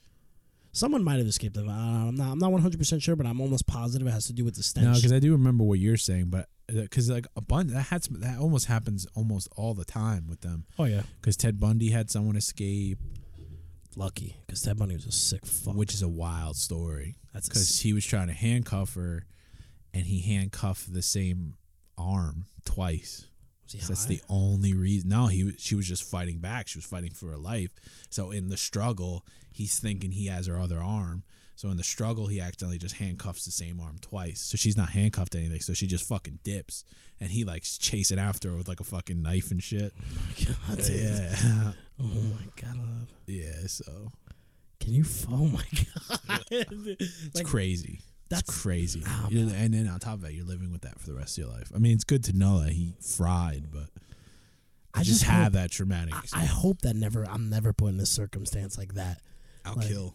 [SPEAKER 7] Someone might have escaped them. I- I'm not. I'm not 100 percent sure, but I'm almost positive it has to do with the stench.
[SPEAKER 6] No, because I do remember what you're saying, but because like a bunch that had some, that almost happens almost all the time with them.
[SPEAKER 7] oh yeah,
[SPEAKER 6] Because Ted Bundy had someone escape,
[SPEAKER 7] lucky because Ted Bundy was a sick fuck.
[SPEAKER 6] which is a wild story.
[SPEAKER 7] That's a
[SPEAKER 6] because he was trying to handcuff her, and he handcuffed the same arm twice.
[SPEAKER 7] Was he
[SPEAKER 6] So that's
[SPEAKER 7] high? *laughs*
[SPEAKER 6] the only reason. No, he was- she was just fighting back. She was fighting for her life. So in the struggle, he's thinking he has her other arm. So in the struggle, he accidentally just handcuffs the same arm twice. So she's not handcuffed to anything. So she just fucking dips, and he like chasing after her with like a fucking knife and shit.
[SPEAKER 7] God, dude.
[SPEAKER 6] Yeah,
[SPEAKER 7] Oh my god.
[SPEAKER 6] yeah. So
[SPEAKER 7] Can you? f- Oh my *laughs* god.
[SPEAKER 6] it's crazy. That's
[SPEAKER 7] that's- ah,
[SPEAKER 6] crazy.
[SPEAKER 7] Oh,
[SPEAKER 6] You're- and then on top of that, you're living with that for the rest of your life. I mean, it's good to know that he fried, but I just,
[SPEAKER 7] just
[SPEAKER 6] have
[SPEAKER 7] hope-
[SPEAKER 6] that traumatic.
[SPEAKER 7] I hope that never. I'm never put in a circumstance like that.
[SPEAKER 6] I'll
[SPEAKER 7] like,
[SPEAKER 6] kill.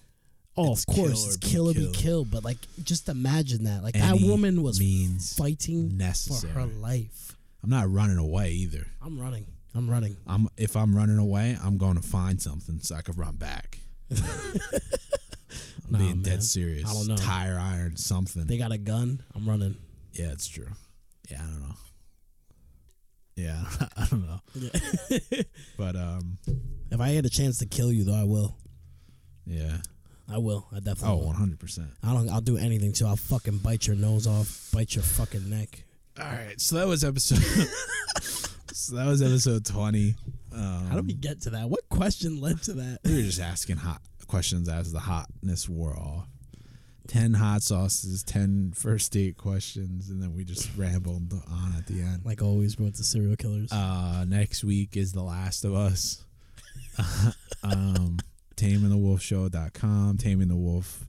[SPEAKER 7] Oh,
[SPEAKER 6] It's
[SPEAKER 7] of course,
[SPEAKER 6] kill or
[SPEAKER 7] it's
[SPEAKER 6] be
[SPEAKER 7] kill or be
[SPEAKER 6] killed.
[SPEAKER 7] killed. But like, just imagine that. Like that
[SPEAKER 6] Any
[SPEAKER 7] woman was
[SPEAKER 6] means
[SPEAKER 7] fighting
[SPEAKER 6] necessary.
[SPEAKER 7] for her life.
[SPEAKER 6] I'm not running away either.
[SPEAKER 7] I'm running. I'm running.
[SPEAKER 6] I'm if I'm running away, I'm going to find something so I can run
[SPEAKER 7] *laughs*
[SPEAKER 6] back. I'm
[SPEAKER 7] Nah,
[SPEAKER 6] being
[SPEAKER 7] man.
[SPEAKER 6] dead serious.
[SPEAKER 7] I don't know.
[SPEAKER 6] Tire iron something.
[SPEAKER 7] They got a gun. I'm running.
[SPEAKER 6] yeah, it's true. Yeah, I don't know. Yeah, *laughs* I don't know. *laughs* but um,
[SPEAKER 7] If I had a chance to kill you, though, I will.
[SPEAKER 6] yeah.
[SPEAKER 7] I will. I definitely.
[SPEAKER 6] Oh,
[SPEAKER 7] will.
[SPEAKER 6] 100 percent.
[SPEAKER 7] I don't. I'll do anything to. I'll fucking bite your nose off. Bite your fucking neck.
[SPEAKER 6] All right, so that was episode. *laughs* so that was episode 20. Um,
[SPEAKER 7] How did we get to that? What question led to that? *laughs*
[SPEAKER 6] we were just asking hot questions as the hotness wore off. 10 hot sauces, 10 first date questions, and then we just rambled on at the end.
[SPEAKER 7] Like always, we're with the serial killers.
[SPEAKER 6] Uh, next week is The Last of Us. *laughs* um, tamingthewolfshow.com, Taming the Wolf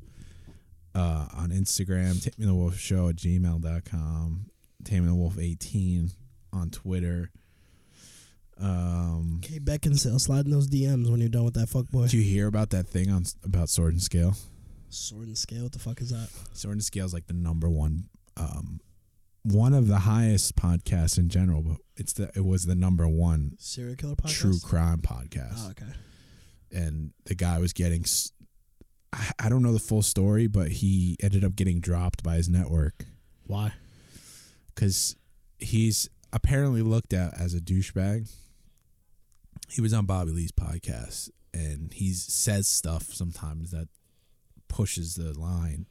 [SPEAKER 6] uh, on Instagram, tamingthewolfshow at gmail.com, Taming the Wolf 18 on Twitter. Um,
[SPEAKER 7] Okay, Beckinsale, slide in those DMs when you're done with that fuckboy.
[SPEAKER 6] did you hear about that thing on about Sword and Scale?
[SPEAKER 7] Sword and scale, what the fuck is that?
[SPEAKER 6] Sword and Scale is like the number one, um, one of the highest podcasts in general, but it's the it was the number one
[SPEAKER 7] Serial killer podcast?
[SPEAKER 6] true crime podcast,
[SPEAKER 7] Oh, okay.
[SPEAKER 6] and the guy was getting. s- I, I don't know the full story, but he ended up getting dropped by his network
[SPEAKER 7] Why?
[SPEAKER 6] because he's apparently looked at as a douchebag. He was on Bobby Lee's podcast, and he says stuff sometimes that pushes the line.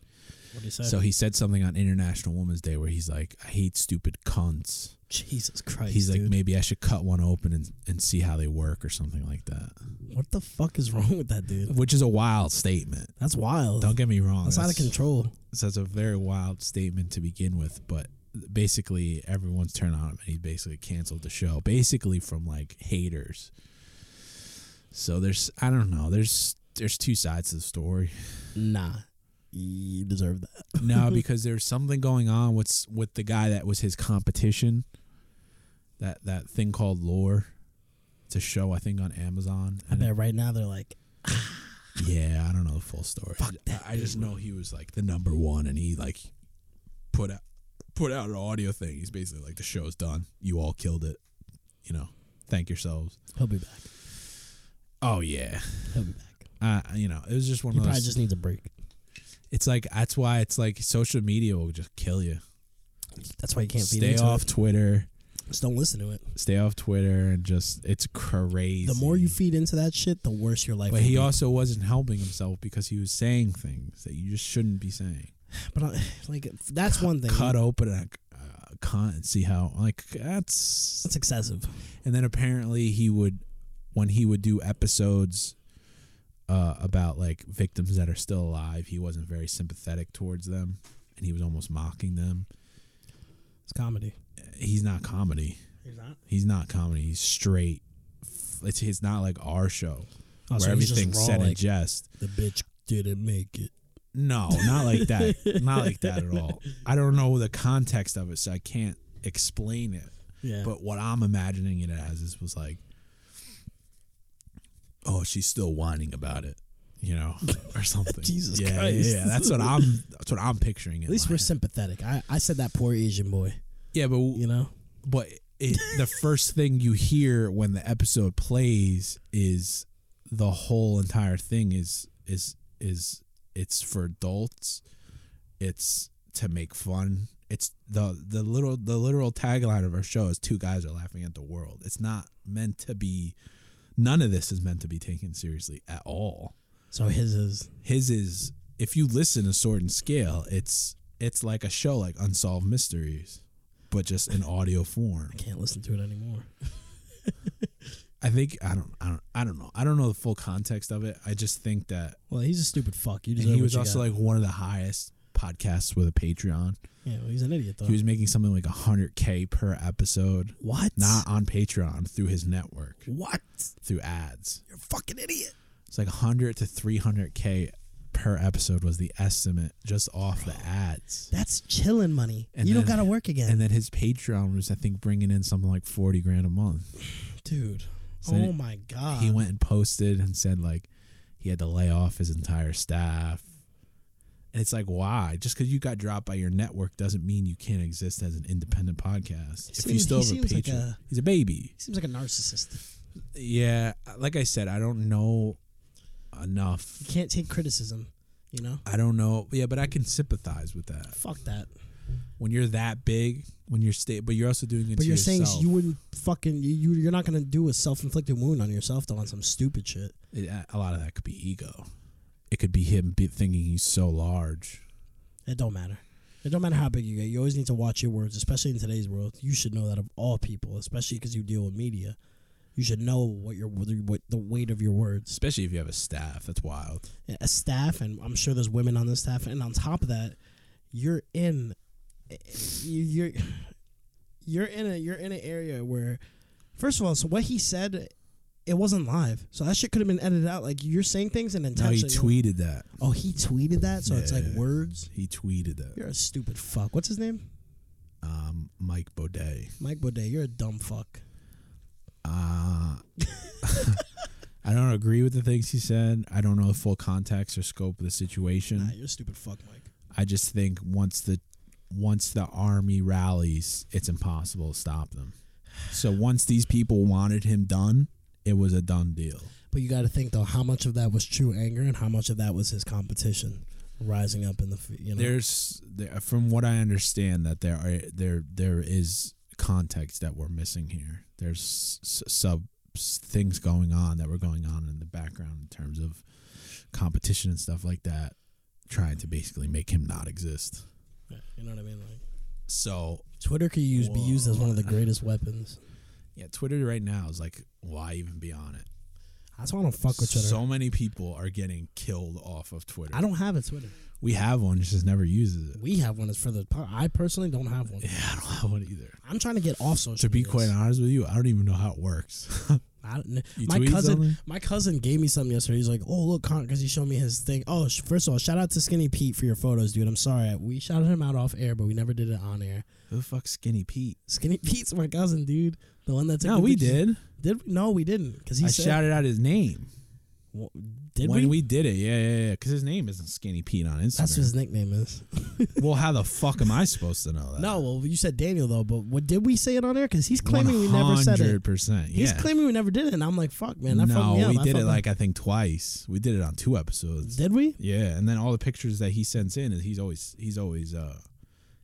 [SPEAKER 7] What do you say?
[SPEAKER 6] So he said something on International Women's Day where he's like, "I hate stupid cunts."
[SPEAKER 7] Jesus Christ.
[SPEAKER 6] He's like,
[SPEAKER 7] dude.
[SPEAKER 6] "Maybe I should cut one open and, and see how they work or something like that,"
[SPEAKER 7] what the fuck is wrong with that dude?
[SPEAKER 6] which is a wild statement.
[SPEAKER 7] That's wild.
[SPEAKER 6] Don't get me wrong.
[SPEAKER 7] That's out of control.
[SPEAKER 6] So it's a very wild statement to begin with, but basically everyone's turned on him and he basically canceled the show, basically from like haters. So there's, I don't know, there's there's two sides to the story.
[SPEAKER 7] Nah. You deserve that.
[SPEAKER 6] No, because there's something going on with with the guy that was his competition. That that thing called Lore, it's a show I think on Amazon.
[SPEAKER 7] I
[SPEAKER 6] and it-
[SPEAKER 7] bet right now they're like,
[SPEAKER 6] Yeah, I don't know the full story. I I just know he was like the number one, and he like put out put out an audio thing. He's basically like, "The show's done. You all killed it. You know, thank yourselves."
[SPEAKER 7] he'll be back.
[SPEAKER 6] Oh yeah,
[SPEAKER 7] He'll be back.
[SPEAKER 6] uh, you know, it was just one
[SPEAKER 7] He
[SPEAKER 6] of
[SPEAKER 7] probably
[SPEAKER 6] those.
[SPEAKER 7] just needs a break.
[SPEAKER 6] it's like that's why it's like social media will just kill you.
[SPEAKER 7] That's why you can't feed
[SPEAKER 6] Stay
[SPEAKER 7] into
[SPEAKER 6] off
[SPEAKER 7] it.
[SPEAKER 6] Twitter.
[SPEAKER 7] Just don't listen to it.
[SPEAKER 6] Stay off Twitter, and just it's crazy.
[SPEAKER 7] The more you feed into that shit, the worse your life.
[SPEAKER 6] But
[SPEAKER 7] will
[SPEAKER 6] he
[SPEAKER 7] be.
[SPEAKER 6] also wasn't helping himself because he was saying things that you just shouldn't be saying.
[SPEAKER 7] but I, like that's one thing.
[SPEAKER 6] cut open a uh, cunt and see how like that's
[SPEAKER 7] That's excessive.
[SPEAKER 6] and then apparently he would when he would do episodes uh, about like victims that are still alive he wasn't very sympathetic towards them and he was almost mocking them
[SPEAKER 7] It's comedy.
[SPEAKER 6] he's not comedy
[SPEAKER 7] He's not.
[SPEAKER 6] he's not comedy he's straight it's, it's not like our show
[SPEAKER 7] Oh,
[SPEAKER 6] where
[SPEAKER 7] so he's just
[SPEAKER 6] everything's
[SPEAKER 7] raw,
[SPEAKER 6] said in
[SPEAKER 7] like-
[SPEAKER 6] jest
[SPEAKER 7] The bitch didn't make it.
[SPEAKER 6] No, not like that.
[SPEAKER 7] *laughs*
[SPEAKER 6] not like that at all. I don't know the context of it, so I can't explain it.
[SPEAKER 7] Yeah.
[SPEAKER 6] But what I'm imagining it as is was like, oh, she's still whining about it, you
[SPEAKER 7] *laughs*
[SPEAKER 6] know, or something.
[SPEAKER 7] Jesus
[SPEAKER 6] yeah,
[SPEAKER 7] Christ.
[SPEAKER 6] Yeah, yeah, that's what I'm. That's what I'm picturing.
[SPEAKER 7] At least we're sympathetic. I, I said that poor Asian boy.
[SPEAKER 6] yeah, but
[SPEAKER 7] You know.
[SPEAKER 6] but it, the first thing you hear when the episode plays is the whole entire thing is is is it's for adults it's to make fun it's the the little the literal tagline of our show is two guys are laughing at the world it's not meant to be none of this is meant to be taken seriously at all
[SPEAKER 7] So his is
[SPEAKER 6] his is if you listen to sword and scale it's it's like a show like unsolved mysteries but just in audio form
[SPEAKER 7] can't listen to it anymore.
[SPEAKER 6] I think I don't I don't I don't know. I don't know the full context of it. I just think that
[SPEAKER 7] Well, he's a stupid fuck. You
[SPEAKER 6] and
[SPEAKER 7] deserve.
[SPEAKER 6] he was
[SPEAKER 7] what you
[SPEAKER 6] also
[SPEAKER 7] got.
[SPEAKER 6] like one of the highest podcasts with a Patreon.
[SPEAKER 7] yeah, well, he's an idiot though.
[SPEAKER 6] He was making something like 100k per episode.
[SPEAKER 7] what?
[SPEAKER 6] Not on Patreon through his network,
[SPEAKER 7] What?
[SPEAKER 6] through ads.
[SPEAKER 7] You're a fucking idiot.
[SPEAKER 6] It's like 100 to 300k per episode was the estimate just off the ads.
[SPEAKER 7] That's chilling money.
[SPEAKER 6] And
[SPEAKER 7] you don't
[SPEAKER 6] then-
[SPEAKER 7] gotta work again,
[SPEAKER 6] And then his Patreon was I think bringing in something like 40 grand a month.
[SPEAKER 7] dude.
[SPEAKER 6] So
[SPEAKER 7] oh
[SPEAKER 6] then
[SPEAKER 7] my god.
[SPEAKER 6] he went and posted and said like he had to lay off his entire staff and it's like why just because you got dropped by your network doesn't mean you can't exist as an independent podcast if you
[SPEAKER 7] seems-
[SPEAKER 6] still
[SPEAKER 7] he
[SPEAKER 6] have a
[SPEAKER 7] seems like
[SPEAKER 6] patron
[SPEAKER 7] a-
[SPEAKER 6] he's a baby
[SPEAKER 7] He seems like a narcissist.
[SPEAKER 6] yeah like i said i don't know enough
[SPEAKER 7] You can't take criticism. You know.
[SPEAKER 6] i don't know yeah but i can sympathize with that
[SPEAKER 7] Fuck that.
[SPEAKER 6] when you're that big when you're sta- but you're also doing it
[SPEAKER 7] But
[SPEAKER 6] to
[SPEAKER 7] you're
[SPEAKER 6] yourself.
[SPEAKER 7] saying you wouldn't fucking you, you you're not gonna do a self inflicted wound on yourself though on some stupid shit.
[SPEAKER 6] It- uh, a lot of that could be ego it could be him be- thinking he's so large
[SPEAKER 7] It don't matter. It don't matter how big you get. You always need to watch your words, especially in today's world. You should know that of all people, especially because you deal with media. You should know what your what the weight of your words.
[SPEAKER 6] especially if you have a staff that's wild
[SPEAKER 7] A staff, and I'm sure there's women on the staff, and on top of that, you're in, you- you're, you're in a you're in an area where, first of all, so what he said, it wasn't live, so that shit could have been edited out. Like you're saying things and
[SPEAKER 6] No, he
[SPEAKER 7] intentionally.
[SPEAKER 6] tweeted that.
[SPEAKER 7] oh, he tweeted that, so it's like
[SPEAKER 6] Yeah.
[SPEAKER 7] words.
[SPEAKER 6] He tweeted that.
[SPEAKER 7] You're a stupid fuck. What's his name?
[SPEAKER 6] Um, Mike Baudet.
[SPEAKER 7] Mike Baudet, you're a dumb fuck.
[SPEAKER 6] Uh, I don't agree with the things he said. I don't know the full context or scope of the
[SPEAKER 7] Nah,
[SPEAKER 6] situation.
[SPEAKER 7] you're a stupid fuck, Mike.
[SPEAKER 6] I just think once the once the army rallies, it's impossible to stop them. So once these people wanted him done, it was a done deal.
[SPEAKER 7] But you got to think though, how much of that was true anger and how much of that was his competition rising up in the f- you know.
[SPEAKER 6] There's there, from what I understand that there are there there is context that we're missing here. There's s- sub s- things going on that were going on in the background in terms of competition and stuff like that, trying to basically make him not exist.
[SPEAKER 7] You know what I mean? Like
[SPEAKER 6] So
[SPEAKER 7] Twitter could use be used as one of the greatest weapons.
[SPEAKER 6] yeah, Twitter right now is like, why even be on it?
[SPEAKER 7] That's why I don't fuck with Twitter.
[SPEAKER 6] So many people are getting killed off of Twitter.
[SPEAKER 7] I don't have a Twitter.
[SPEAKER 6] We have one, she just never uses it.
[SPEAKER 7] We have one. It's for the. po- I personally don't have one.
[SPEAKER 6] Yeah, *laughs* I don't have one either.
[SPEAKER 7] I'm trying to get off social.
[SPEAKER 6] To be
[SPEAKER 7] medias.
[SPEAKER 6] quite honest with you, I don't even know how it works. *laughs*
[SPEAKER 7] I don't, kn-
[SPEAKER 6] You
[SPEAKER 7] my
[SPEAKER 6] tweet
[SPEAKER 7] cousin,
[SPEAKER 6] something?
[SPEAKER 7] my cousin gave me something yesterday. He's like, "Oh, look, Con," because he showed me his thing. Oh, sh- first of all, shout out to Skinny Pete for your photos, dude. I'm sorry, we shouted him out off air, but we never did it on air.
[SPEAKER 6] Who the fuck's Skinny Pete?
[SPEAKER 7] Skinny *laughs* Pete's my cousin, dude. The one that took
[SPEAKER 6] No,
[SPEAKER 7] the
[SPEAKER 6] we
[SPEAKER 7] pictures.
[SPEAKER 6] did.
[SPEAKER 7] Did we? No, we didn't. Because he
[SPEAKER 6] I
[SPEAKER 7] said,
[SPEAKER 6] shouted out his name
[SPEAKER 7] Wha- "Did
[SPEAKER 6] when
[SPEAKER 7] we?"
[SPEAKER 6] we? did it. Yeah, yeah, yeah. Because his name isn't Skinny Pete on Instagram.
[SPEAKER 7] That's what his
[SPEAKER 6] *laughs*
[SPEAKER 7] nickname is.
[SPEAKER 6] well, how the fuck am I supposed to know that?
[SPEAKER 7] No, well, you said Daniel though, but what did we say it on air? Because he's claiming we never said it.
[SPEAKER 6] percent. Yeah.
[SPEAKER 7] He's claiming we never did it, and I'm like, "Fuck, man, that fucked
[SPEAKER 6] no,
[SPEAKER 7] me up."
[SPEAKER 6] we
[SPEAKER 7] I
[SPEAKER 6] did
[SPEAKER 7] felt
[SPEAKER 6] it
[SPEAKER 7] bad.
[SPEAKER 6] like I think twice. We did it on two episodes.
[SPEAKER 7] did we?
[SPEAKER 6] yeah, and then all the pictures that he sends in is he's always he's always uh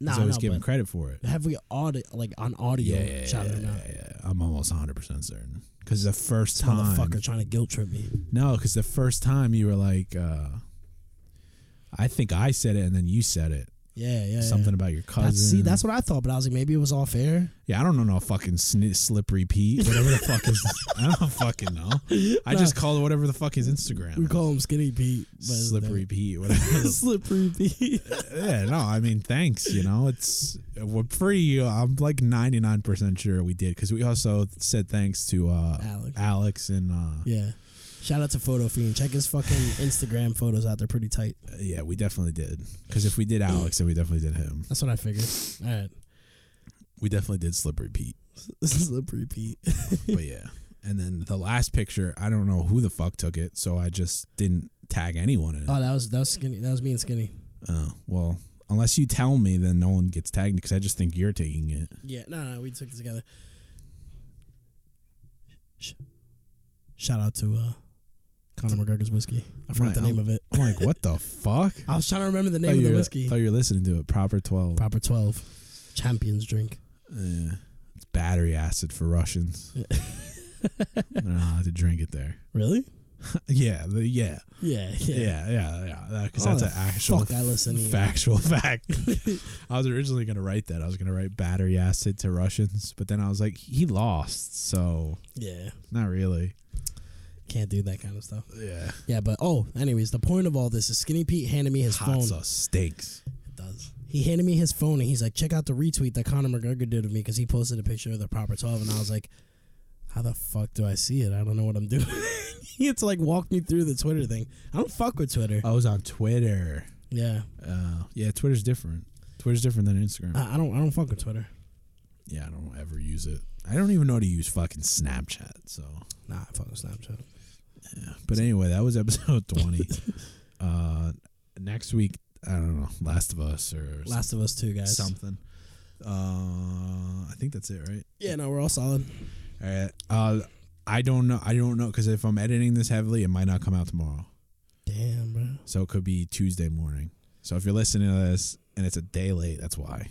[SPEAKER 7] Nah,
[SPEAKER 6] he's always
[SPEAKER 7] no,
[SPEAKER 6] giving
[SPEAKER 7] but
[SPEAKER 6] credit for
[SPEAKER 7] *laughs*
[SPEAKER 6] it.
[SPEAKER 7] have we audio like on audio?
[SPEAKER 6] Yeah, yeah,
[SPEAKER 7] shouted
[SPEAKER 6] yeah,
[SPEAKER 7] him out.
[SPEAKER 6] yeah, yeah. I'm almost 100 percent certain because the first
[SPEAKER 7] This
[SPEAKER 6] time
[SPEAKER 7] motherfucker trying to guilt trip me.
[SPEAKER 6] No, because the first time you were like, uh, I think I said it, and then you said it.
[SPEAKER 7] Yeah, yeah.
[SPEAKER 6] Something
[SPEAKER 7] yeah.
[SPEAKER 6] about your cousin.
[SPEAKER 7] That's, see, that's what I thought, but I was like, maybe it was off air.
[SPEAKER 6] yeah. I don't know no fucking sni slippery Pete, whatever the fuck is. I don't *laughs* fucking know. I just call it whatever the fuck his Instagram.
[SPEAKER 7] We
[SPEAKER 6] is.
[SPEAKER 7] call him Skinny Pete. But it's
[SPEAKER 6] slippery Pete, whatever.
[SPEAKER 7] not. *laughs* slippery Pete.
[SPEAKER 6] *laughs* yeah, no, I mean, thanks. You know, it's we're pretty. I'm like 99 percent sure we did because we also said thanks to uh,
[SPEAKER 7] Alex.
[SPEAKER 6] Alex and uh,
[SPEAKER 7] yeah. Shout out to Photo Fiend. Check his fucking Instagram photos out. They're pretty tight.
[SPEAKER 6] yeah, we definitely did. Because if we did Alex, then we definitely did him.
[SPEAKER 7] That's what I figured. All right. *laughs*
[SPEAKER 6] We definitely did slippery Pete.
[SPEAKER 7] slippery Pete.
[SPEAKER 6] but yeah. And then the last picture, I don't know who the fuck took it, so I just didn't tag anyone in it.
[SPEAKER 7] Oh, that was that was skinny. That was me and Skinny.
[SPEAKER 6] Oh, well, unless you tell me, then no one gets tagged because I just think you're taking it.
[SPEAKER 7] Yeah, no, no, we took it together. Sh- Shout out to uh, Conor McGregor's whiskey. I forgot
[SPEAKER 6] Right,
[SPEAKER 7] the name
[SPEAKER 6] I'm-
[SPEAKER 7] of it. Oh,
[SPEAKER 6] I'm like, what the fuck?
[SPEAKER 7] I was trying to remember the
[SPEAKER 6] Thought
[SPEAKER 7] *laughs* name of
[SPEAKER 6] you
[SPEAKER 7] the
[SPEAKER 6] were-
[SPEAKER 7] whiskey.
[SPEAKER 6] Thought you were listening to it. Proper twelve.
[SPEAKER 7] Proper twelve, champions drink.
[SPEAKER 6] Yeah. It's battery acid for Russians. *laughs* I don't know how to drink it there. *laughs*
[SPEAKER 7] Really?
[SPEAKER 6] Yeah, the, yeah,
[SPEAKER 7] Yeah, yeah.
[SPEAKER 6] yeah, yeah, yeah. Because
[SPEAKER 7] Oh,
[SPEAKER 6] that's
[SPEAKER 7] the
[SPEAKER 6] an actual
[SPEAKER 7] fuck I listen to you.
[SPEAKER 6] *laughs* factual
[SPEAKER 7] *laughs*
[SPEAKER 6] fact. I was originally gonna write that. I was gonna write battery acid to Russians, but then I was like, he lost, so
[SPEAKER 7] Yeah.
[SPEAKER 6] not really.
[SPEAKER 7] Can't do that kind of stuff.
[SPEAKER 6] Yeah,
[SPEAKER 7] Yeah, but oh, anyways, the point of all this is Skinny Pete handed me his
[SPEAKER 6] hot
[SPEAKER 7] phone.
[SPEAKER 6] sauce stinks.
[SPEAKER 7] It does. He handed me his phone and he's like, check out the retweet that Conor McGregor did of me because he posted a picture of the proper 12. And I was like, how the fuck do I see it? I don't know what I'm *laughs* doing. he had to like walk me through the Twitter thing. I don't fuck with Twitter.
[SPEAKER 6] I was on Twitter.
[SPEAKER 7] Yeah.
[SPEAKER 6] Uh, yeah, Twitter's different. Twitter's different than Instagram.
[SPEAKER 7] I, I don't I don't fuck with Twitter.
[SPEAKER 6] yeah, I don't ever use it. I don't even know how to use fucking Snapchat. So,
[SPEAKER 7] Nah, I fuck with Snapchat.
[SPEAKER 6] but anyway, that was episode *laughs* twenty. uh, next week, I don't know, Last of Us or
[SPEAKER 7] Last of Us 2, guys.
[SPEAKER 6] something. Uh, I think that's it, right?
[SPEAKER 7] Yeah, no, we're all solid.
[SPEAKER 6] All right. Uh, I don't know. I don't know because if I'm editing this heavily, it might not come out tomorrow.
[SPEAKER 7] Damn, bro.
[SPEAKER 6] So it could be Tuesday morning. So if you're listening to this and it's a day late, that's why.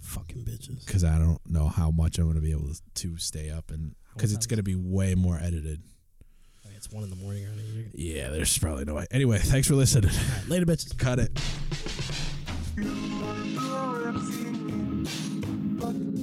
[SPEAKER 7] Fucking bitches.
[SPEAKER 6] Because I don't know how much I'm gonna be able to stay up and because it's gonna be way more edited.
[SPEAKER 7] Like, Oh, It's one in the morning already. You're gonna-
[SPEAKER 6] Yeah, there's probably no way. Anyway, thanks for listening. *laughs*
[SPEAKER 7] Later, bitches.
[SPEAKER 6] Cut it.
[SPEAKER 8] But